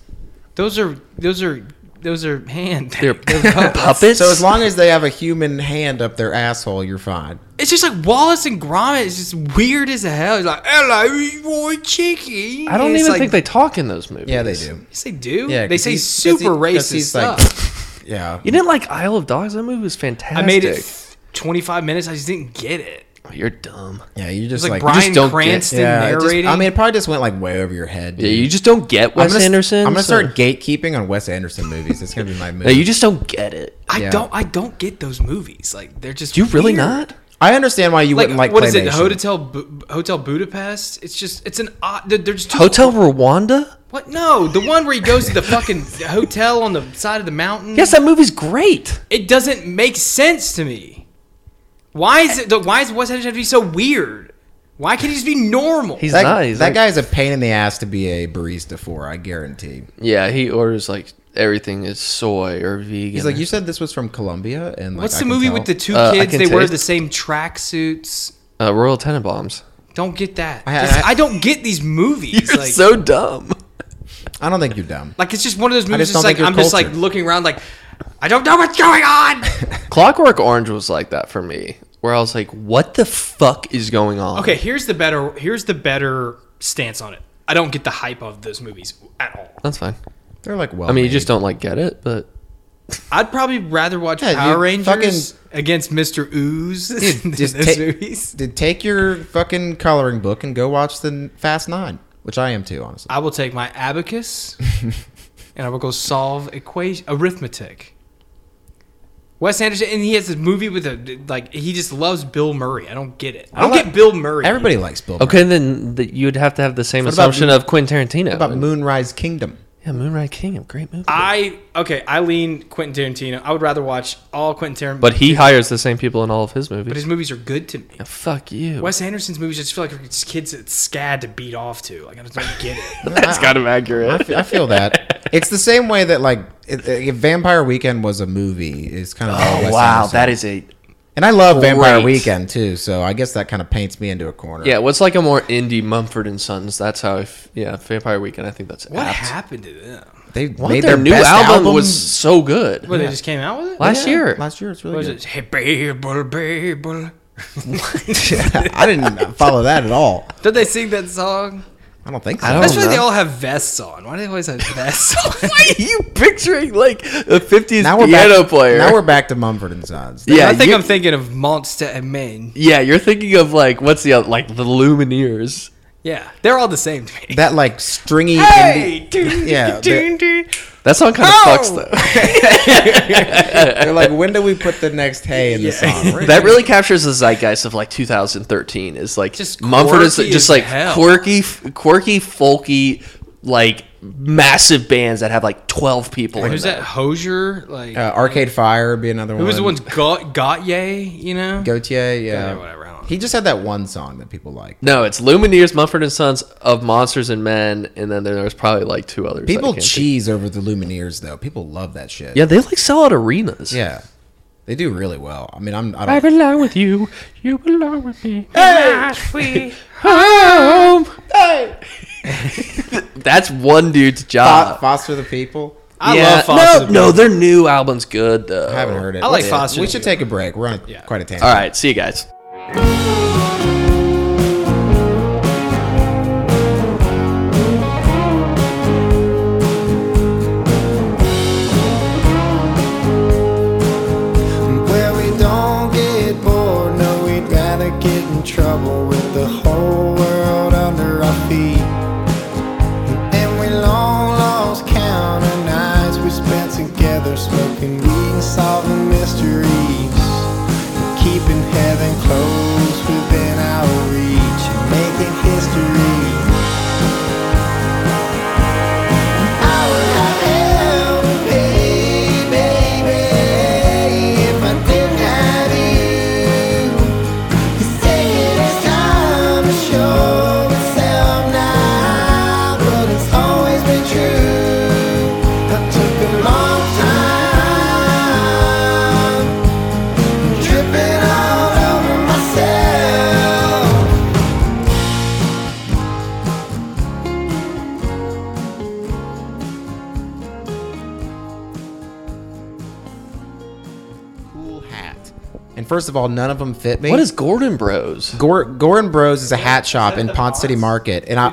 C: Those are those are those are hand.
A: They're puppets.
B: So as long as they have a human hand up their asshole, you're fine.
C: It's just like Wallace and Gromit is just weird as hell. He's like, "Hello, you want chicken?"
A: I don't
C: And it's
A: even
C: like-
A: think they talk in those movies.
B: Yeah, they do.
C: Yes, they do.
B: Yeah,
C: they
B: 'cause
C: say
B: he- 'cause he-
C: super
B: 'cause
C: racist
B: he's like-
C: stuff.
B: Yeah.
A: You didn't like Isle of Dogs? That movie was fantastic.
C: I made it 25 minutes. I just didn't get it.
A: Oh, you're dumb.
B: Yeah, you
C: It's
B: just
C: like,
B: like,
A: just
C: Brian
A: don't get-
C: Cranston
B: yeah, it just-
C: narrating.
B: I mean, it probably just went like way over your head.
A: Yeah,
B: dude.
A: you just don't get
B: I'm
A: Wes
B: gonna-
A: Anderson.
B: I'm gonna
A: so-
B: start gatekeeping on Wes Anderson movies. It's gonna be my movie.
A: No, you just don't get it.
C: I
B: yeah.
C: don't. I don't get those movies. Like they're just.
A: Do you really
C: weird.
A: not?
B: I understand why you
C: Like,
B: wouldn't like.
C: what is it?
B: claymation.
C: Hotel Bu- Hotel Budapest. It's just. It's an odd. They're, they're just too-
A: Hotel Rwanda?
C: What? No, the one where he goes to the fucking hotel on the side of the mountain.
A: Yes, that movie's great.
C: It doesn't make sense to me. Why is it? Why is Wes Anderson have to be so weird? Why can't he just be normal?
A: He's
B: That,
A: not. He's
B: that
A: like-
B: guy is a pain in the ass to be a barista for. I guarantee.
A: Yeah, he orders like everything is soy or vegan.
B: He's like, you said this was from Colombia, and like,
C: What's
B: I
C: the
B: can
C: movie
B: tell-
C: with the two
A: Uh, I
C: kids?
A: can
C: They wear
A: taste-
C: the same tracksuits.
A: uh, Royal Tenenbaums.
C: Don't get that.
B: I-
C: Just- I,
B: I-
C: don't get these movies.
A: You're
C: like,
A: so dumb.
B: I don't think you're dumb.
C: Like it's just one of those
B: just
C: movies.
B: don't
C: It's like
B: think
C: I'm
B: you're
C: just like
B: cultured.
C: looking around, like I don't know what's going on.
A: Clockwork Orange was like that for me, where I was like, "What the fuck is going on?"
C: okay, here's the better. Here's the better stance on it. I don't get the hype of those movies at all.
A: that's fine.
B: They're like well.
A: I mean, you just don't like get it, but
C: I'd probably rather watch
B: Yeah,
C: Power
B: dude,
C: Rangers against Mr. Ooze than
B: just
C: those
B: take-
C: movies.
B: Did take your fucking coloring book and go watch the Fast Nine, which I am too, honestly.
C: I will take my abacus and I will go solve equation arithmetic. Wes Anderson, and he has this movie with a like he just loves Bill Murray. I don't get it. I
B: I
C: don't
B: like-
C: get Bill Murray.
B: Everybody likes Bill. Murray.
A: okay, then the, you'd have to have the same
B: What about
A: assumption
B: Mo-
A: of Quentin Tarantino.
B: What about Moonrise Kingdom?
A: yeah, Moonrise Kingdom, great movie.
C: I okay. I lean Quentin Tarantino. I would rather watch all Quentin Tarantino,
A: but he hires the same people in all of his movies.
C: but his movies are good to me.
A: Yeah, fuck you.
C: Wes Anderson's movies, I just feel like are just kids at SCAD to beat off to. Like I just don't get it.
D: That's kind of
B: I
D: accurate.
B: feel, I feel that. It's the same way that like it, it- Vampire Weekend was a movie. It's kind of all Wes Anderson.
A: Oh, that is a
B: and I love Vampire
A: great.
B: Weekend too. So I guess that kind of paints me into a corner.
A: yeah. What's like a more indie Mumford and Sons? That's how. I f- yeah, Vampire Weekend. I think that's
C: What
A: apt.
C: happened to them?
B: they
A: What?
B: made
A: their,
B: their,
A: new
B: best
A: album, was so good
C: What they just came out with it
A: last
B: Yeah,
A: year.
B: Last year, it's really
C: What was
B: good.
C: it? Hey, baby, baby.
B: I didn't follow that at all.
C: Did they sing that song?
A: Oh,
B: I don't think so.
A: I don't
C: That's why
A: know.
C: they all have vests on. Why do they always have vests on?
A: Why are you picturing like a fifties
B: now we're
A: piano
B: back,
A: player?
B: Now we're back to Mumford and Sons.
A: yeah,
C: I think
A: you-
C: I'm thinking of Monster and Men.
A: yeah. You're thinking of like what's the other, like the Lumineers?
C: Yeah, they're all the same to me.
B: That like stringy.
C: Hey,
B: indie-
C: dun,
B: yeah,
C: dun,
B: they're,
C: dun.
A: That song kind of
C: Oh!
A: fucks though.
B: they're like, when do we put the next hay in the song? We're-
A: That really captures the zeitgeist of like 2013. Is like
C: Just
A: Mumford is
C: quirky
A: just
C: as
A: like
C: hell.
A: quirky, f- quirky, folky, like massive bands that have like 12 people. in
C: Who's
A: them.
C: that? Hosier? Like
B: uh, Arcade Fire would be another
C: who
B: one.
C: was
A: um,
C: the one's got Gautier? You know?
B: Gautier, yeah.
C: Gautier, whatever, I don't know.
B: He just had that one song that people like.
A: No, it's Lumineers, Mumford and Sons of Monsters and Men, and then there's probably like two others. that I
B: People
A: can't
B: cheese over the Lumineers though. People love that shit.
A: think- Yeah, they like sell out arenas.
B: Yeah. They do really well. I mean, I'm. I don't,
A: belong with you. You belong with me.
C: Sweet.
A: Home. That's one dude's
B: Fo-
A: job.
B: Foster the People.
C: I
A: Yeah,
C: love Foster.
A: No, no, their new album's good though.
B: I haven't heard it.
C: I like
B: Yeah.
C: Foster
B: We
C: the
B: should
C: People.
B: take a break. We're on a-
C: Yeah.
B: quite a tangent.
A: All right, see you guys.
E: Where we don't get bored, no, we'd rather get in trouble with the whole world under our feet. And we long lost count of nights we spent together smoking weed and solving mysteries. Keeping heaven close within our reach and making history. Tripping all over myself
B: Cool hat. And first of all, none of them fit me.
A: What is Gordon Bros?
B: Gore, Gorin Bros is a hat shop in Pont City Market, and I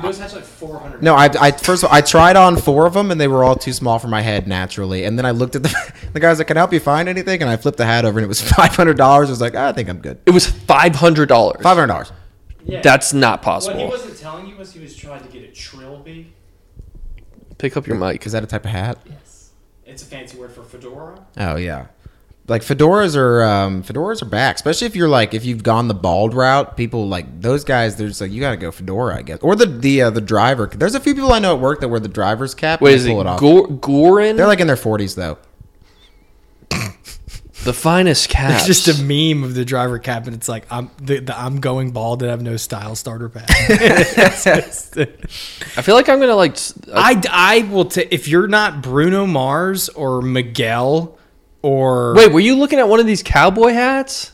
B: no, I, I first of all, I tried on four of them and they were all too small for my head naturally, and then I looked at the the guy's like, "Can I help you find anything?" and I flipped the hat over and it was five hundred dollars. I was like, "I think I'm good."
A: It was five hundred dollars.
B: Five hundred dollars.
A: That's not possible.
C: wasn't telling you was he was trying to get a trilby.
A: Pick up your mic.
B: Is that a type of hat?
C: Yes. It's a fancy word for fedora.
B: Oh yeah. Like fedoras are um, fedoras are back, especially if you're like if you've gone the bald route. People like those guys. They're just like you got to go fedora, I guess, or the the uh, the driver. There's a few people I know at work that wear the driver's cap. and
A: Wait,
B: they
A: is it
B: pull off.
A: Gor- Gorin?
B: They're like in their 40s though.
A: the finest cat.
C: It's just a meme of the driver cap, and it's like I'm the, the I'm going bald and I have no style starter pack.
A: I feel like I'm gonna like. s- uh,
C: I, I will ta if you're not Bruno Mars or Miguel or
A: wait, were you looking at one of these cowboy hats?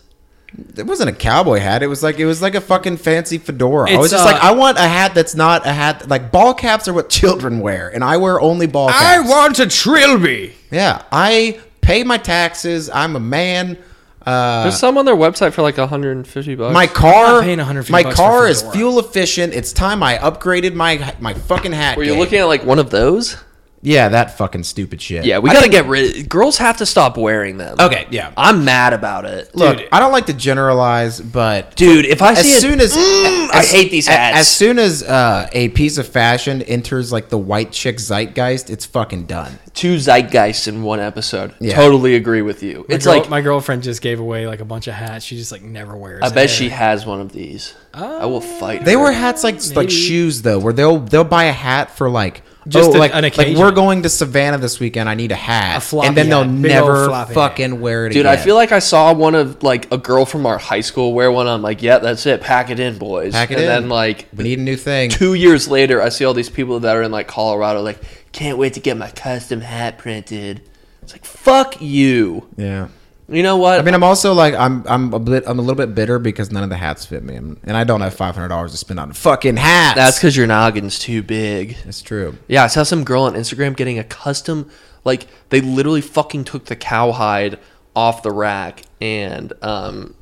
B: It wasn't a cowboy hat. It was like it was like a fucking fancy fedora. I was
C: It's,
B: just
C: uh,
B: like, I want a hat that's not a hat. Like ball caps are what children wear, and I wear only ball caps.
C: want a trilby.
B: Yeah, I pay my taxes. I'm a man. Uh,
A: There's some on their website for like 150 bucks.
B: my car,
C: not paying 150
B: my
C: bucks for
B: car is
C: Fedora.
B: fuel efficient. It's time I upgraded my my fucking hat.
A: Were you
B: game.
A: looking at like one of those?
B: Yeah, that fucking stupid shit.
A: Yeah, we
B: I
A: got to
B: think-
A: get rid. Girls have to stop wearing them.
B: Okay, yeah.
A: I'm mad about it.
B: Look,
C: Dude.
B: I don't like to generalize, but
A: dude, if I see
B: as soon as,
A: Mm, I
B: as-
A: hate these
B: a-
A: hats.
B: As soon as uh, a piece of fashion enters like the white chick zeitgeist, it's fucking done.
A: two zeitgeists in one episode,
B: Yeah.
A: totally agree with you.
C: My
A: It's
C: girl-
A: like
C: my girlfriend just gave away like a bunch of hats. She just like never wears.
A: I bet
C: it.
A: she has one of these. I will fight.
B: They
A: her.
B: wear hats like like shoes though, where they'll they'll buy a hat for like
C: Just
B: oh,
C: an-
B: like,
C: an
B: like,
C: occasion.
B: we're going to Savannah this weekend. I need a hat,
C: A floppy
B: and then they'll
C: hat. Big old
B: never
C: floppy
B: fucking wear it.
A: Dude, I
B: again.
A: feel like I saw one of like a girl from our high school wear one. I'm like, yeah, that's it. Pack it in, boys.
B: Pack it
A: and
B: in.
A: then like
B: we need a new thing.
A: two years later, I see all these people that are in like Colorado, like, can't wait to get my custom hat printed. It's like, fuck you.
B: Yeah.
A: You know what?
B: I mean, I'm also like I'm I'm a bit I'm a little bit bitter because none of the hats fit me, and and I don't have five hundred dollars to spend on fucking hats.
A: that's because your noggin's too big.
B: it's true.
A: Yeah, I saw some girl on Instagram getting a custom, like they literally fucking took the cowhide off the rack and um,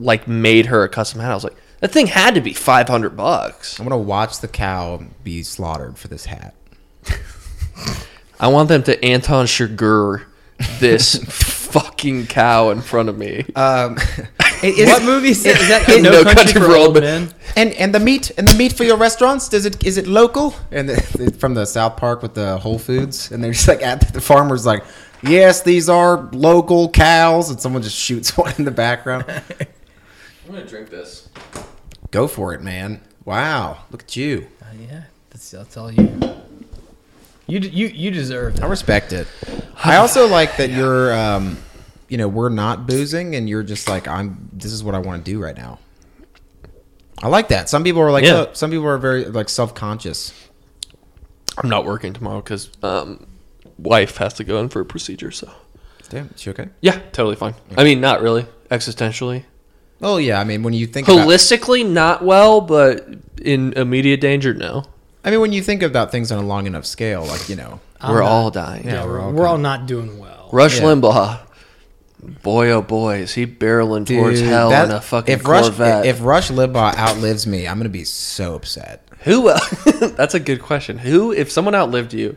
A: like made her a custom hat. I was like, that thing had to be five hundred bucks.
B: I'm gonna watch the cow be slaughtered for this hat.
A: I want them to Anton Chigurh this fucking cow in front of me.
B: Um,
C: What movie is that? Is that
A: No
C: no,
A: Country
C: country,
A: for
C: for,
A: Old
C: old
A: Men.
C: men.
B: And and the meat and the meat for your restaurants does it is it local? And the, from the South Park with the Whole Foods, and they're just like at the farmers like, yes, these are local cows, and someone just shoots one in the background.
A: I'm gonna drink this.
B: Go for it, man! Wow, look at you.
C: Uh, Yeah, that's, that's all you. You d- you you deserve
B: I
C: that.
B: respect it. I also like that you're, um, you know, we're not boozing, and you're just like, I'm. This is what I want to do right now. I like that. Some people are like,
A: Yeah.
B: oh, some people are very like self conscious.
A: I'm not working tomorrow because um, wife has to go in for a procedure. So
B: Damn, is she okay?
A: yeah, totally fine. I mean, not really existentially.
B: Oh yeah, I mean, when you think about,
A: Holistically, not well, but in immediate danger, no.
B: I mean, when you think about things on a long enough scale, like you know,
A: we're
C: not-
A: all dying.
C: Yeah,
B: we're
C: we're,
B: all
C: we're all not doing well.
A: Rush
B: Yeah.
A: Limbaugh, boy oh boy, is he barreling towards
B: Dude,
A: hell
B: that-
A: in a fucking
B: if Rush
A: Corvette?
B: if Rush Limbaugh outlives me, I'm gonna be so upset.
A: who? that's a good question. Who? If someone outlived you,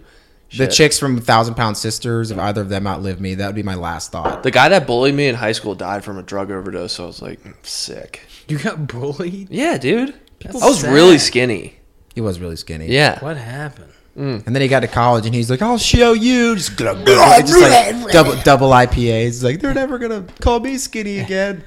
B: The
A: Shit.
B: chicks from Thousand Pound Sisters, if either of them outlive me, that would be my last thought.
A: the guy that bullied me in high school died from a drug overdose. So I was like, sick.
C: You got bullied.
A: Yeah, dude.
C: That's
A: I was
C: sad.
A: really skinny.
B: He was really skinny.
A: Yeah.
C: What happened?
B: And then he got to college and he's like, I'll show you. Just, glug, glug, glug, just like double, double IPAs. He's like, they're never going to call me skinny again.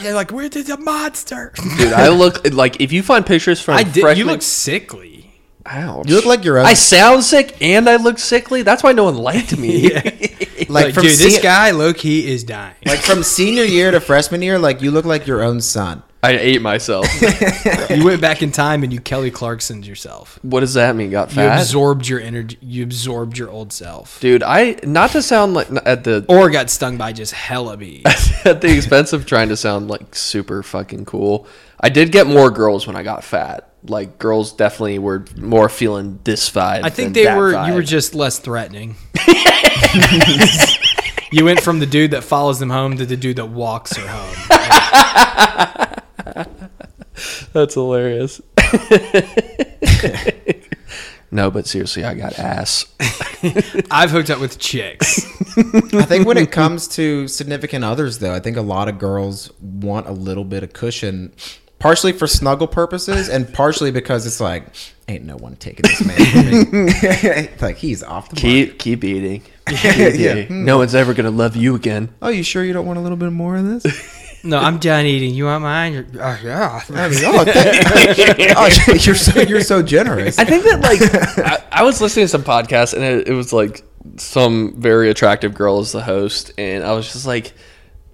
C: They're like, where did the monster?
A: dude, I look like if you find pictures from
C: I did.
A: Freshman,
C: You look sickly.
A: Ouch.
B: You look like your own.
A: I sound sick and I look sickly. That's why no one liked me.
B: like,
C: Like,
B: from
C: dude, this
B: se-
C: guy low key is dying.
B: Like from senior year to freshman year, like you look like your own son.
A: I ate myself.
C: you went back in time and you Kelly Clarksoned yourself.
A: what does that mean? Got
C: You
A: fat?
C: absorbed your energy. You absorbed your old self,
A: Dude, I not to sound like at the
C: or got stung by just hella bees.
A: at the expense of trying to sound like super fucking cool. I did get more girls when I got fat. Like girls definitely were more feeling this vibe.
C: I
A: than
C: think they
A: that
C: were. You
A: vibe.
C: were just less threatening. you went from the dude that follows them home to the dude that walks her home.
A: That's hilarious. no, but seriously, I got ass.
C: I've hooked up with chicks.
B: I think when it comes to significant others, though, I think a lot of girls want a little bit of cushion, partially for snuggle purposes, and partially because it's like, ain't no one taking this man. From me. like he's off the mark.
A: Keep keep eating. Keep eating. No one's ever gonna love you again.
B: Oh, you sure you don't want a little bit more of this?
C: No, I'm done eating. You want mine? Oh, yeah.
B: I mean, oh, thank- oh, you're so you're so generous.
A: I think that like I, I was listening to some podcast and it, it was like some very attractive girl is the host and I was just like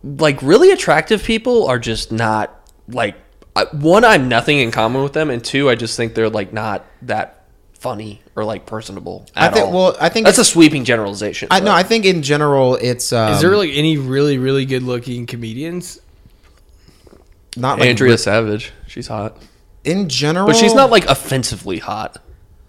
A: like really attractive people are just not like I, one I'm nothing in common with them and two I just think they're like not that funny or like personable at
B: think-
A: all.
B: well, I think
A: that's a sweeping generalization.
B: I no,
A: but-
B: I think in general it's um,
C: Is there like any really, really good looking comedians?
B: not like
A: Andrea Savage. She's hot.
B: in general,
A: But she's not like offensively hot.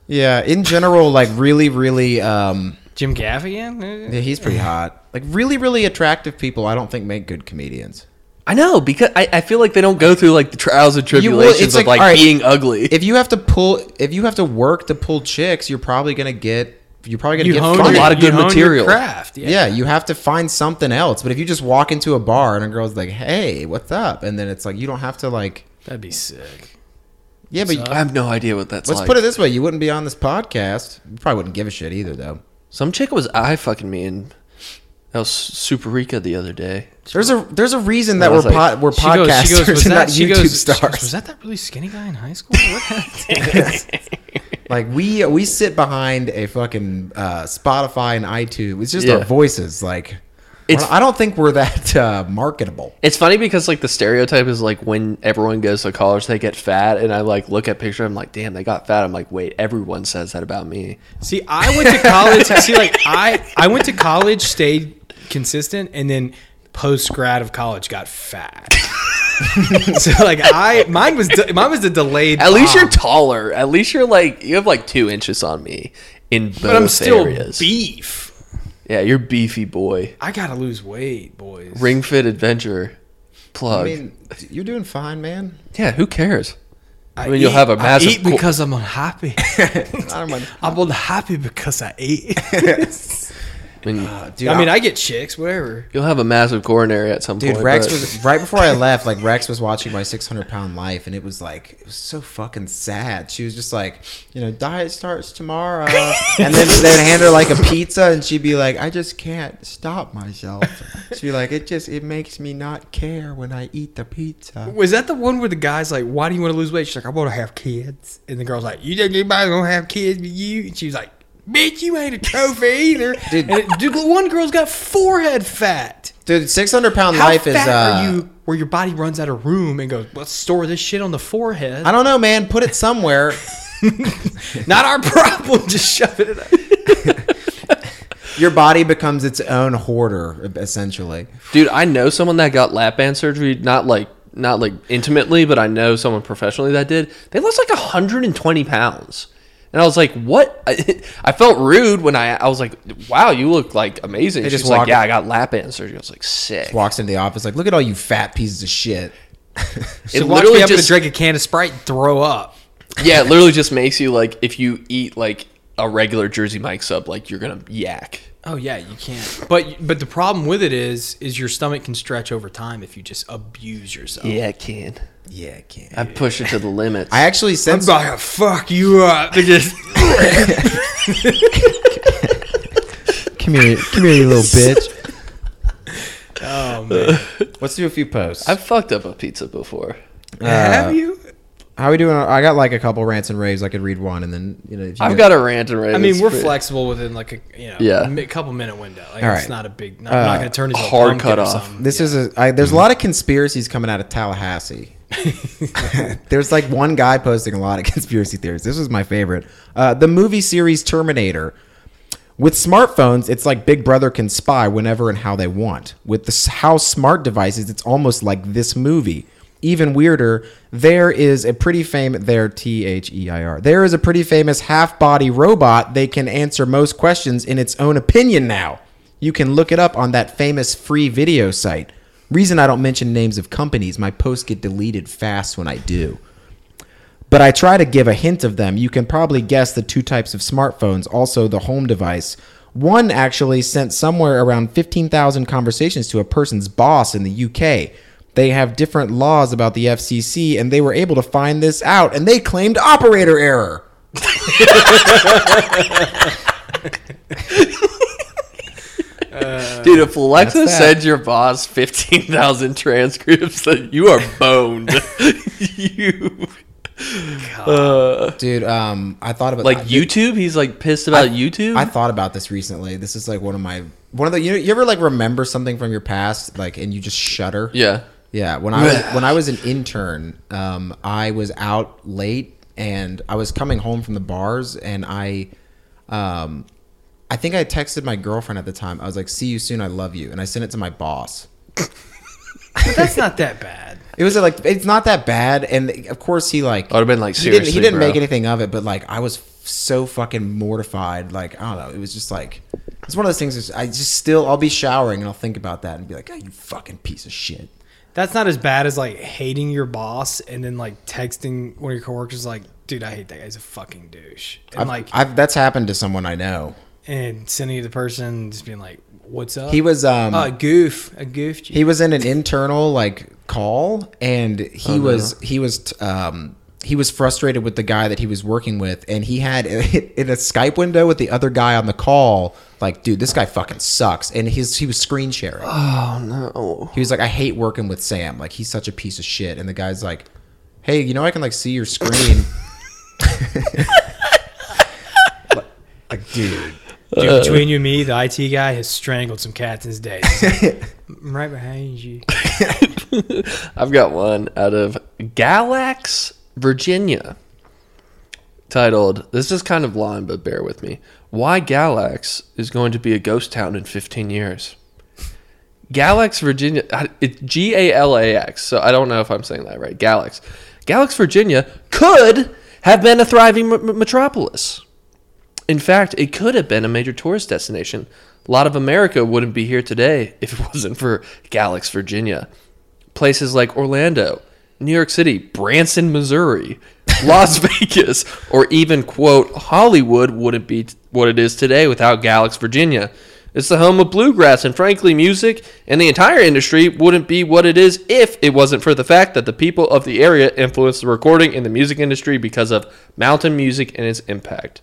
B: yeah. In general, like really, really, um,
C: Jim Gaffigan?
B: yeah, he's pretty hot. Like really, really attractive people. I don't think make good comedians.
A: I know because I, I feel like they don't go through like the trials and
B: You will- it's
A: tribulations of
B: like,
A: like
B: all right,
A: being ugly.
B: If you have to pull, if you have to work to pull chicks, you're probably gonna get. You're probably gonna
C: You
B: get
C: hone
B: fired.
A: A lot of
C: you
A: good
C: hone your
A: material.
C: craft. Yeah.
B: Yeah, you have to find something else. But if you just walk into a bar and a girl's like, "Hey, what's up?" and then it's like you don't have to like,
C: That'd be sick.
B: yeah, but
A: I have no idea what that's
B: let's
A: like.
B: put it this way: you wouldn't be on this podcast. You probably wouldn't give a shit either, though.
A: Some chick was eye fucking me in El Superica the other day.
B: There's a there's a reason
A: I
B: that we're
A: was like-
B: pod, we're
C: She goes,
B: podcasters
C: she goes, was
B: and
C: that,
B: not
C: she
B: YouTube
C: goes, she goes,
B: stars.
C: was that that really skinny guy in high school? What?
B: like we we sit behind a fucking uh, Spotify and iTunes. It's just
A: Yeah.
B: our voices. Like,
A: It's-
B: I don't think we're that uh, marketable.
A: It's funny because like the stereotype is like when everyone goes to college they get fat and I like look at picture I'm like damn they got fat I'm like wait everyone says that about me.
C: See, I went to college. see, like I, I went to college, stayed consistent, and then post grad of college got fat. so like I, mine was de- mine was the delayed.
A: At least you're
C: bomb.
A: taller. At least you're like you have like two inches on me in both
C: but I'm still
A: areas.
C: beef.
A: yeah, you're beefy boy.
C: I gotta lose weight, boys.
A: Ring fit adventure plug.
B: I mean, you're doing fine, man.
A: yeah, who cares?
C: I
A: mean, you'll have a massive
C: I eat
A: co-
C: because I'm unhappy.
B: I'm like,
C: I'm unhappy because I ate.
A: I mean,
B: dude,
C: I mean, I get chicks, whatever.
A: you'll have a massive coronary at some
B: Dude,
A: point.
B: Rex
A: but-
B: was right before I left. Like Rex was watching my 600 pound life, and it was like it was so fucking sad. She was just like, you know, diet starts tomorrow, and then they would hand her like a pizza, and she'd be like, I just can't stop myself. She'd be like, it just it makes me not care when I eat the pizza.
C: Was that the one where the guy's like, "Why do you want to lose weight?" She's like, "I want to have kids," and the girl's like, "You think anybody's gonna have kids but you?" And she's like, "Bitch, you ain't a trophy either."
B: Dude.
C: dude, and it, dude, the one girl's got forehead fat.
B: Dude, 600 pound
C: How
B: life
C: fat
B: is. Uh,
C: are you? Where your body runs out of room and goes, "Let's store this shit on the forehead."
B: I don't know, man. Put it somewhere.
C: Not our problem. Just shove it. In
B: Your body becomes its own hoarder, essentially.
A: Dude, I know someone that got lap band surgery, not like not like intimately, but I know someone professionally that did. They lost like 120 pounds. And I was like, "What?" I, felt rude when I I was like, "Wow, you look like amazing."
B: They
A: She's
B: just
A: like,
B: walk-
A: "Yeah, I got lap band surgery." I was like, "Sick."
B: Walks into the office like, look at all you fat pieces of shit.
A: It
C: so literally up to drink a can of Sprite and throw up.
A: yeah, it literally just makes you like if you eat like a regular Jersey Mike sub, like you're gonna yak.
C: Oh yeah, you can't. But but the problem with it is is your stomach can stretch over time if you just abuse yourself.
A: Yeah, I can.
B: Yeah, I can't.
A: I push it to the limits.
B: I actually sensed.
C: about to fuck you up. They just
B: Come here, come here, you little bitch. oh man, let's do a few posts.
A: Oh,
B: Uh,
A: I've fucked up a pizza before.
C: have you?
B: How we doing? I got like a couple rants and raves. I could read one, and then you know. If you
A: I've got a rant and rave.
C: I mean,
A: It's
C: we're
A: pretty-
C: flexible within like a you know
A: Yeah.
C: mi- couple minute window. Like
B: All
C: it's
B: right. Uh,
C: not a big. Not, I'm not going to turn into a
A: hard
C: hard cut
A: cutoff.
C: off.
B: This is a. I, there's a lot of conspiracies coming out of Tallahassee. there's like one guy posting a lot of conspiracy theories. This was my favorite. Uh, the movie series Terminator. With smartphones, it's like Big Brother can spy whenever and how they want. With the s- how smart devices, it's almost like this movie. Even weirder, there is a pretty famous there T H E I R. There is a pretty famous half-body robot. They can answer most questions in its own opinion now. You can look it up on that famous free video site. Reason I don't mention names of companies, my posts get deleted fast when I do but I try to give a hint of them. You can probably guess the two types of smartphones, also the home device. One actually sent somewhere around 15,000 conversations to a person's boss in the UK. They have different laws about the FCC, and they were able to find this out, and they claimed operator error.
A: Dude, if Alexa
B: That's that.
A: sends your boss 15,000 transcripts, then you are boned. you. Uh,
B: Dude, um, I thought about
A: like
B: I-
A: YouTube? He's like pissed about YouTube?
B: I thought about this recently. This is like one of my one of the you, know, you ever like remember something from your past like and you just shudder.
A: yeah.
B: Yeah, when I was, when I was an intern, um, I was out late and I was coming home from the bars, and I, um, I think I texted my girlfriend at the time. I was like, "See you soon, I love you," and I sent it to my boss.
C: But that's not that bad.
B: It was like it's not that bad, and of course he like
A: I would've been like,
B: he didn't, he
A: Oh, "Seriously,
B: didn't make
A: bro."
B: anything of it, but like I was so fucking mortified. Like I don't know, it was just like it's one of those things. that's- I just still I'll be showering and I'll think about that and be like, oh, you fucking piece of shit.
C: That's not as bad as like hating your boss and then like texting one of your coworkers like, dude, I hate that guy's a fucking douche. And
B: I've,
C: like
B: I've, that's happened to someone I know.
C: and sending it to the person and just being like, What's up? "Oh,
B: He was um
C: a goof. A goof.
B: he was in an internal like call and he was he was t- um he was frustrated with the guy that he was working with and he had in a skype window with the other guy on the call like dude this guy fucking sucks and his he was screen sharing Oh,
A: No.
B: he was like i hate working with sam like he's such a piece of shit and the guy's like hey you know i can like see your screen Like- like dude Uh,
C: Dude, between you and me, the IT guy has strangled some cats in his day. I'm right behind you.
A: I've got one out of Galax, Virginia, titled, this is kind of long, but bear with me. Why Galax is going to be a ghost town in 15 years. Galax, Virginia, I- it's G A L A X, so I don't know if I'm saying that right. Galax. Galax, Virginia could have been a thriving m- m- metropolis. In fact, it could have been a major tourist destination. A lot of America wouldn't be here today if it wasn't for Galax, Virginia. Places like Orlando, New York City, Branson, Missouri, Las Vegas, or even, quote, Hollywood wouldn't be t- what it is today without Galax, Virginia. It's the home of bluegrass and, frankly, music, and the entire industry wouldn't be what it is if it wasn't for the fact that the people of the area influenced the recording and the music industry because of mountain music and its impact.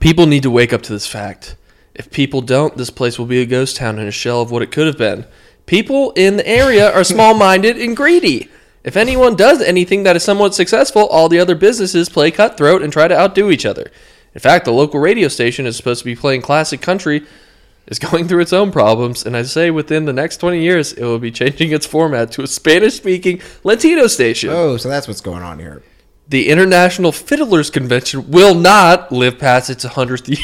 A: People need to wake up to this fact. If people don't, this place will be a ghost town and a shell of what it could have been. People in the area are small minded and greedy. If anyone does anything that is somewhat successful, all the other businesses play cutthroat and try to outdo each other. In fact, the local radio station is supposed to be playing classic country, is going through its own problems, and I say within the next 20 years, it will be changing its format to a Spanish speaking Latino station.
B: oh so that's what's going on here
A: The International Fiddlers Convention will not live past its 100th year,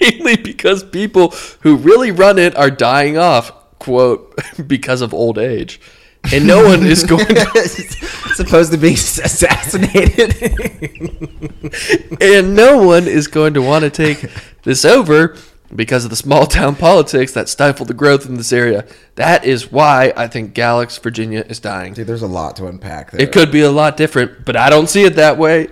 A: mainly because people who really run it are dying off, quote, because of old age. And no one is going
B: supposed to be assassinated
A: and no one is going to want to take this over because of the small town politics that stifle the growth in this area. That is why I think Galax, Virginia is dying.
B: Dude, there's a lot to unpack there.
A: It could be a lot different, but I don't see it that way.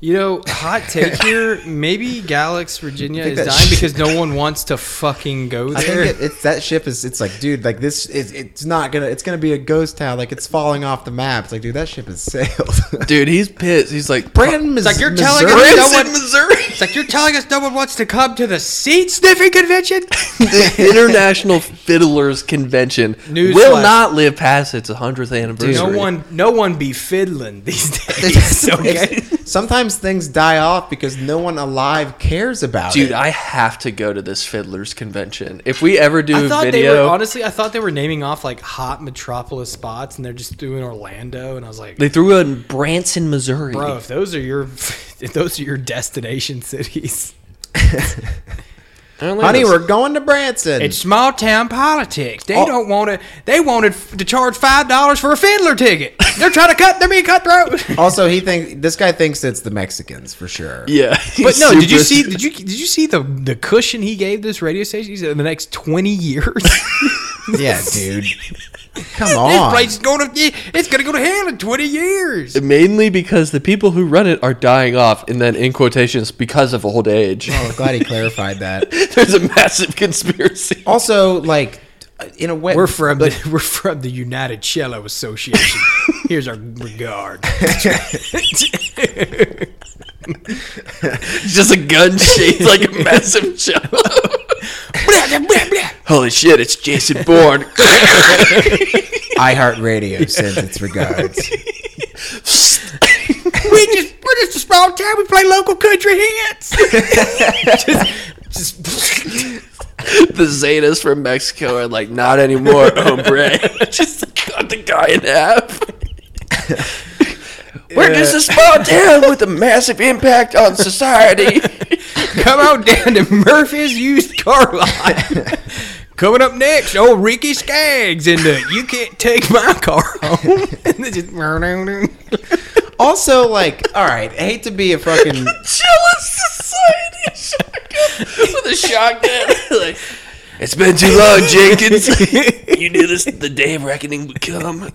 C: You know, hot take here. Maybe Galax, Virginia
B: think
C: is
B: that
C: dying
B: shit-
C: because no one wants to fucking go
B: I
C: there.
B: think it, it's that ship is. It's like, dude, like this. It, it's not gonna. It's gonna be a ghost town. Like it's falling off the map. It's like, dude, that ship has sailed.
A: Dude, he's pissed. He's like,
B: Brandon, Mis-
C: like you're telling us
B: Missouri?
C: no
A: Branson,
C: one.
A: Missouri.
C: It's like you're telling us no one wants to come to the seat sniffing convention.
A: the International Fiddlers Convention
C: Newsflash.
A: will not live past its 100th anniversary.
C: no one, no one be fiddling these days. Okay.
B: Sometimes things die off because no one alive cares about
A: Dude,
B: it.
A: I have to go to this Fiddlers Convention. If we ever do
C: I
A: a
C: thought they were
A: video,
C: honestly. I thought they were naming off like hot metropolis spots, and they're just doing Orlando. And I was like,
A: they threw it in Branson, Missouri.
C: bro, if those are your, if those are your destination cities,
A: I don't like
B: Honey,
A: this.
B: we're going to Branson.
C: it's small town politics. They don't want to. They wanted f- to charge five dollars for a fiddler ticket. They're trying to cut. They're being cutthroat.
B: also, he thinks this guy thinks it's the Mexicans for sure.
A: yeah.
C: But no, did you
A: Super-
C: see? Did you did you see the the cushion he gave this radio station? He said in the next twenty years,
B: Yeah, dude. Come
C: this
B: on.
C: place is going to it's going to go to hell in twenty years.
A: Mainly because the people who run it are dying off, and then in quotations, because of old age.
B: Oh, glad he clarified that.
A: There's a massive conspiracy.
B: Also, like, in a way,
C: We're from the we're from the United Cello Association. Here's our regard.
A: It's just a gun shaped like a massive cello.
C: Dude,
A: Holy shit, it's Jason Bourne.
B: iHeartRadio sends its regards.
C: we just we're just a small town. We play local country hits. just, just
A: the Zetas from Mexico are like, not anymore, hombre. Just cut the guy in half. We're just a small town with a massive impact on society.
C: come on down to Murphy's used car lot. Coming up next, old Ricky Skaggs and the You Can't Take My Car Home. and then just.
B: Also, like, all right, I hate to be a fucking.
A: Society shotgun with a shotgun. like, it's been too long, Jenkins. you knew this the day of reckoning would come.
B: I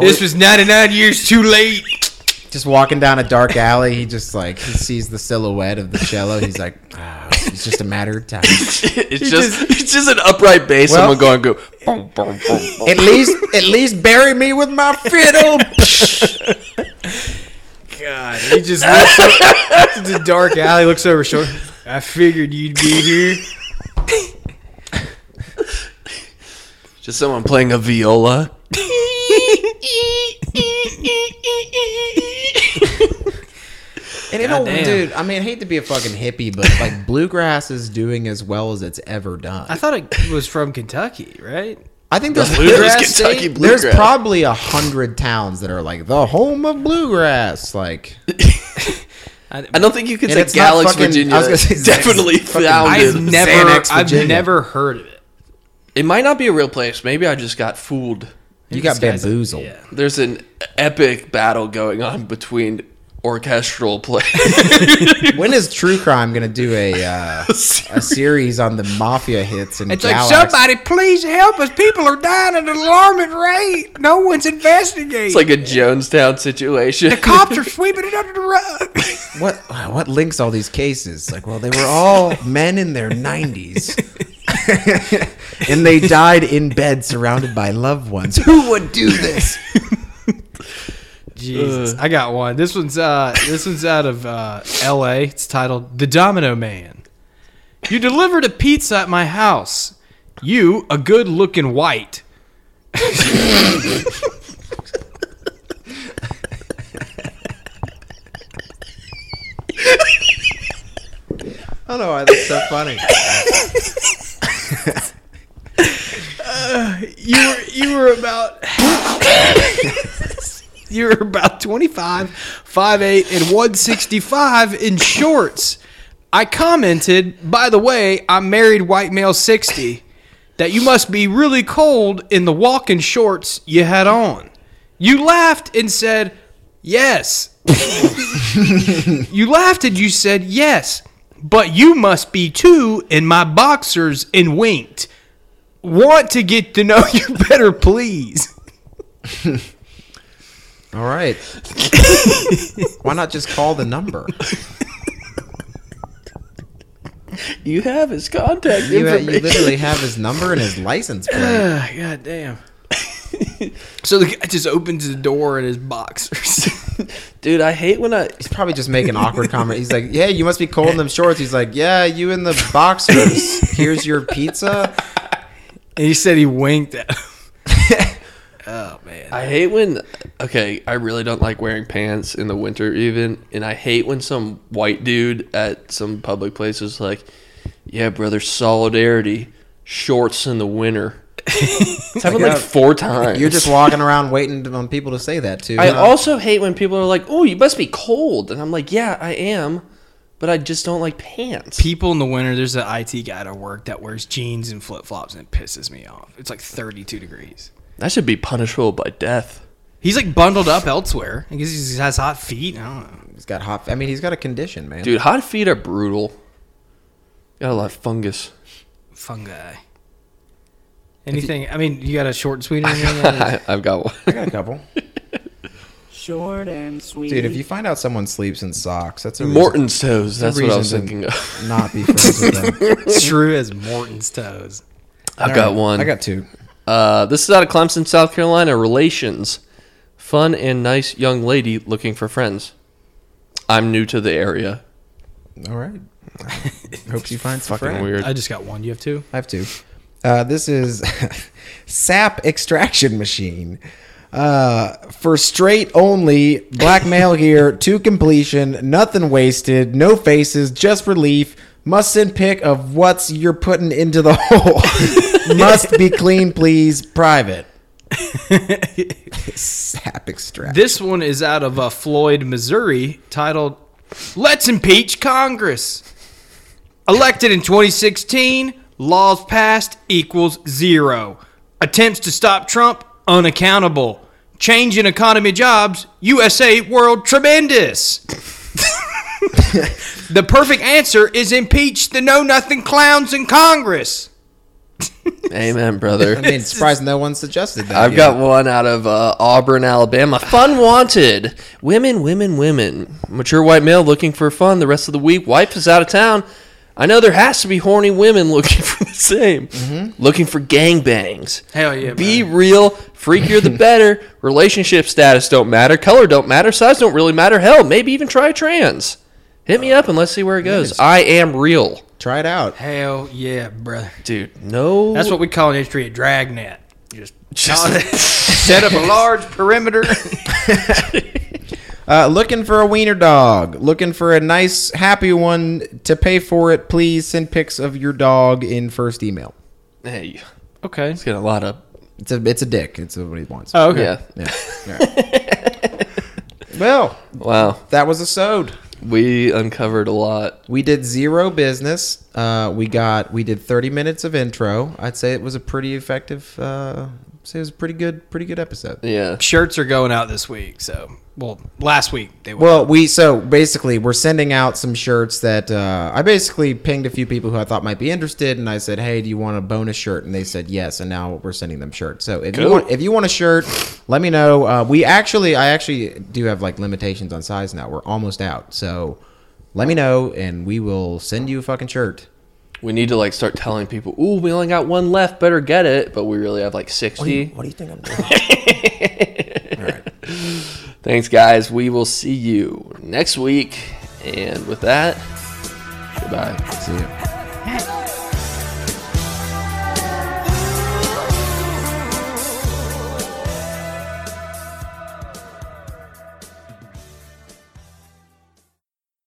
C: This
B: was
C: was 99 years too late.
B: just walking down a dark alley. He just like he sees the silhouette of the cello. He's like, ah, it's just a matter of time.
A: It's just, it's just an upright bass.
B: Well-
A: Someone going go. Boom, boom, boom, boom.
B: At least, at least bury me with my fiddle.
C: God, he just looks up to the dark alley, looks over his shoulder. I figured you'd be here.
A: Just someone playing a viola.
B: And it don't,
C: Goddamn.
B: dude. I mean, I hate to be a fucking hippie, but like bluegrass is doing as well as it's ever done.
C: I thought it was from Kentucky, right?
B: I think there's
A: bluegrass
B: there's-
A: Kentucky
B: There's
A: bluegrass.
B: probably a hundred towns that are like the home of bluegrass. Like
A: I don't think you could
B: And
A: say
B: it's not
A: Galax,
B: fucking-
A: Virginia.
B: I was gonna say it's
A: definitely
B: fucking-
A: founded.
C: I've never,
B: Xanax, Virginia.
C: I've never heard of it.
A: It might not be a real place. Maybe I just got fooled.
B: you got
C: This guy's-
B: bamboozled.
C: yeah.
A: There's an epic battle going on between orchestral play.
B: When is True Crime gonna do a uh, a series on the mafia hits and
C: It's
B: Galax?
C: like somebody, please help us! People are dying at an alarming rate. No one's investigating.
A: it's like a Jonestown situation.
C: the cops are sweeping it under the rug.
B: What what links all these cases? Like, well, they were all men in their nineties, and they died in bed surrounded by loved ones. Who would do this?
C: Jesus, I got one. This one's uh, this one's out of uh, L.A. It's titled "The Domino Man." You delivered a pizza at my house. You, a good-looking white.
B: I don't know why that's so funny.
C: You were you were about you were about 25, 5'8", and 165 in shorts. I commented, by the way, I'm married white male 60, that you must be really cold in the walking shorts you had on. You laughed and said, yes. you laughed and you said, yes, but you must be too in my boxers and winked. Want to get to know you better, please.
B: All right. Why not just call the number?
A: you have his contact
B: You, ha- you
A: information.
B: literally have his number and his license plate.
C: Ah, God damn. so the guy just opens the door in his boxers.
A: Dude, I hate when I.
B: He's probably just making awkward comment. He's like, "Yeah, you must be cold in them shorts." He's like, "Yeah, you in the boxers. Here's your pizza."
C: and he said he winked at him. oh, man.
A: I hate when. Okay, I really don't like wearing pants in the winter, even. And I hate when some white dude at some public place is like, yeah, brother, solidarity, shorts in the winter. It's happened like four times.
B: You're just walking around waiting on people to say that too.
A: I also hate when people are like, "Oh, you must be cold," and I'm like, "Yeah, I am, but I just don't like pants."
C: People in the winter, there's an IT guy at work that wears jeans and flip flops and it pisses me off. It's like 32 degrees.
A: That should be punishable by death.
C: He's like bundled up elsewhere. I guess he just has hot feet. I don't know.
B: he's got hot. I mean, he's got a condition, man.
A: Dude, hot feet are brutal. Got a lot of fungus.
C: Fungi. Anything? I mean, you got a short and sweet or anything?
A: I, I've got one.
B: I got a couple.
F: Short and sweet.
B: Dude, if you find out someone sleeps in socks, that's a reason-
A: Morton's toes. That's what I was
B: reason
A: thinking
B: to
A: of.
B: Not be friends with them.
C: It's true as Morton's toes.
A: I've got one.
B: I got two.
A: Uh, this is out of Clemson, South Carolina. Relations. Fun and nice young lady looking for friends. I'm new to the area.
B: All right. Hope she finds some
A: Fucking
B: friends.
A: weird.
C: I just got one. You have two?
B: I have two. Uh, this is sap extraction machine uh, for straight only black male here to completion. Nothing wasted, no faces, just relief. Must send pic of what's you're putting into the hole. Must be clean, please. Private. sap extraction.
C: This one is out of uh, Floyd, Missouri, titled "Let's Impeach Congress." Elected in 2016, Laws passed equals zero. Attempts to stop Trump unaccountable. Change in economy jobs, USA world tremendous. the perfect answer is impeach the know nothing clowns in Congress.
A: Amen, brother.
B: I mean, surprised no one suggested that.
A: I've
B: yet.
A: got one out of uh, Auburn, Alabama. Fun wanted. Women, women, women. Mature white male looking for fun the rest of the week. Wife is out of town. I know there has to be horny women looking for the same. Looking for gangbangs.
C: Mm-hmm. Hell yeah,
A: Be real. Freakier the better. Relationship status don't matter. Color don't matter. Size don't really matter. Hell, maybe even try trans. Hit me up and let's see where it goes. I am real.
B: Try it out.
C: Hell yeah, brother.
A: Dude, no.
C: That's what we call in history a dragnet. Just
A: Just-
C: set up a large perimeter.
B: Uh, looking for a wiener dog. Looking for a nice, happy one to pay for it. Please send pics of your dog in first email.
A: hey,
C: Okay.
A: it's got a lot of.
B: It's a it's a dick. It's what he wants.
C: Oh, okay.
A: Yeah.
B: Yeah. All right. well,
A: Wow.
B: that was a sode.
A: We uncovered a lot.
B: We did zero business. Uh, we got we did thirty minutes of intro. I'd say it was a pretty effective. Uh, say it was a pretty good, pretty good episode.
A: Yeah.
C: Shirts are going out this week. So, well, last week they were.
B: Well, we so basically we're sending out some shirts that uh, I basically pinged a few people who I thought might be interested, and I said, "Hey, do you want a bonus shirt?" And they said yes, and now we're sending them shirts. So if you
A: Cool.
B: want if you want a shirt, let me know. Uh, we actually I actually do have like limitations on size now. We're almost out, so let me know, and we will send you a fucking shirt.
A: We need to like start telling people, "Ooh, we only got one left. Better get it." But we really have like sixty.
B: What do you think I'm doing?
A: Thanks, guys. We will see you next week. And with that, goodbye.
B: See ya.
F: Hey.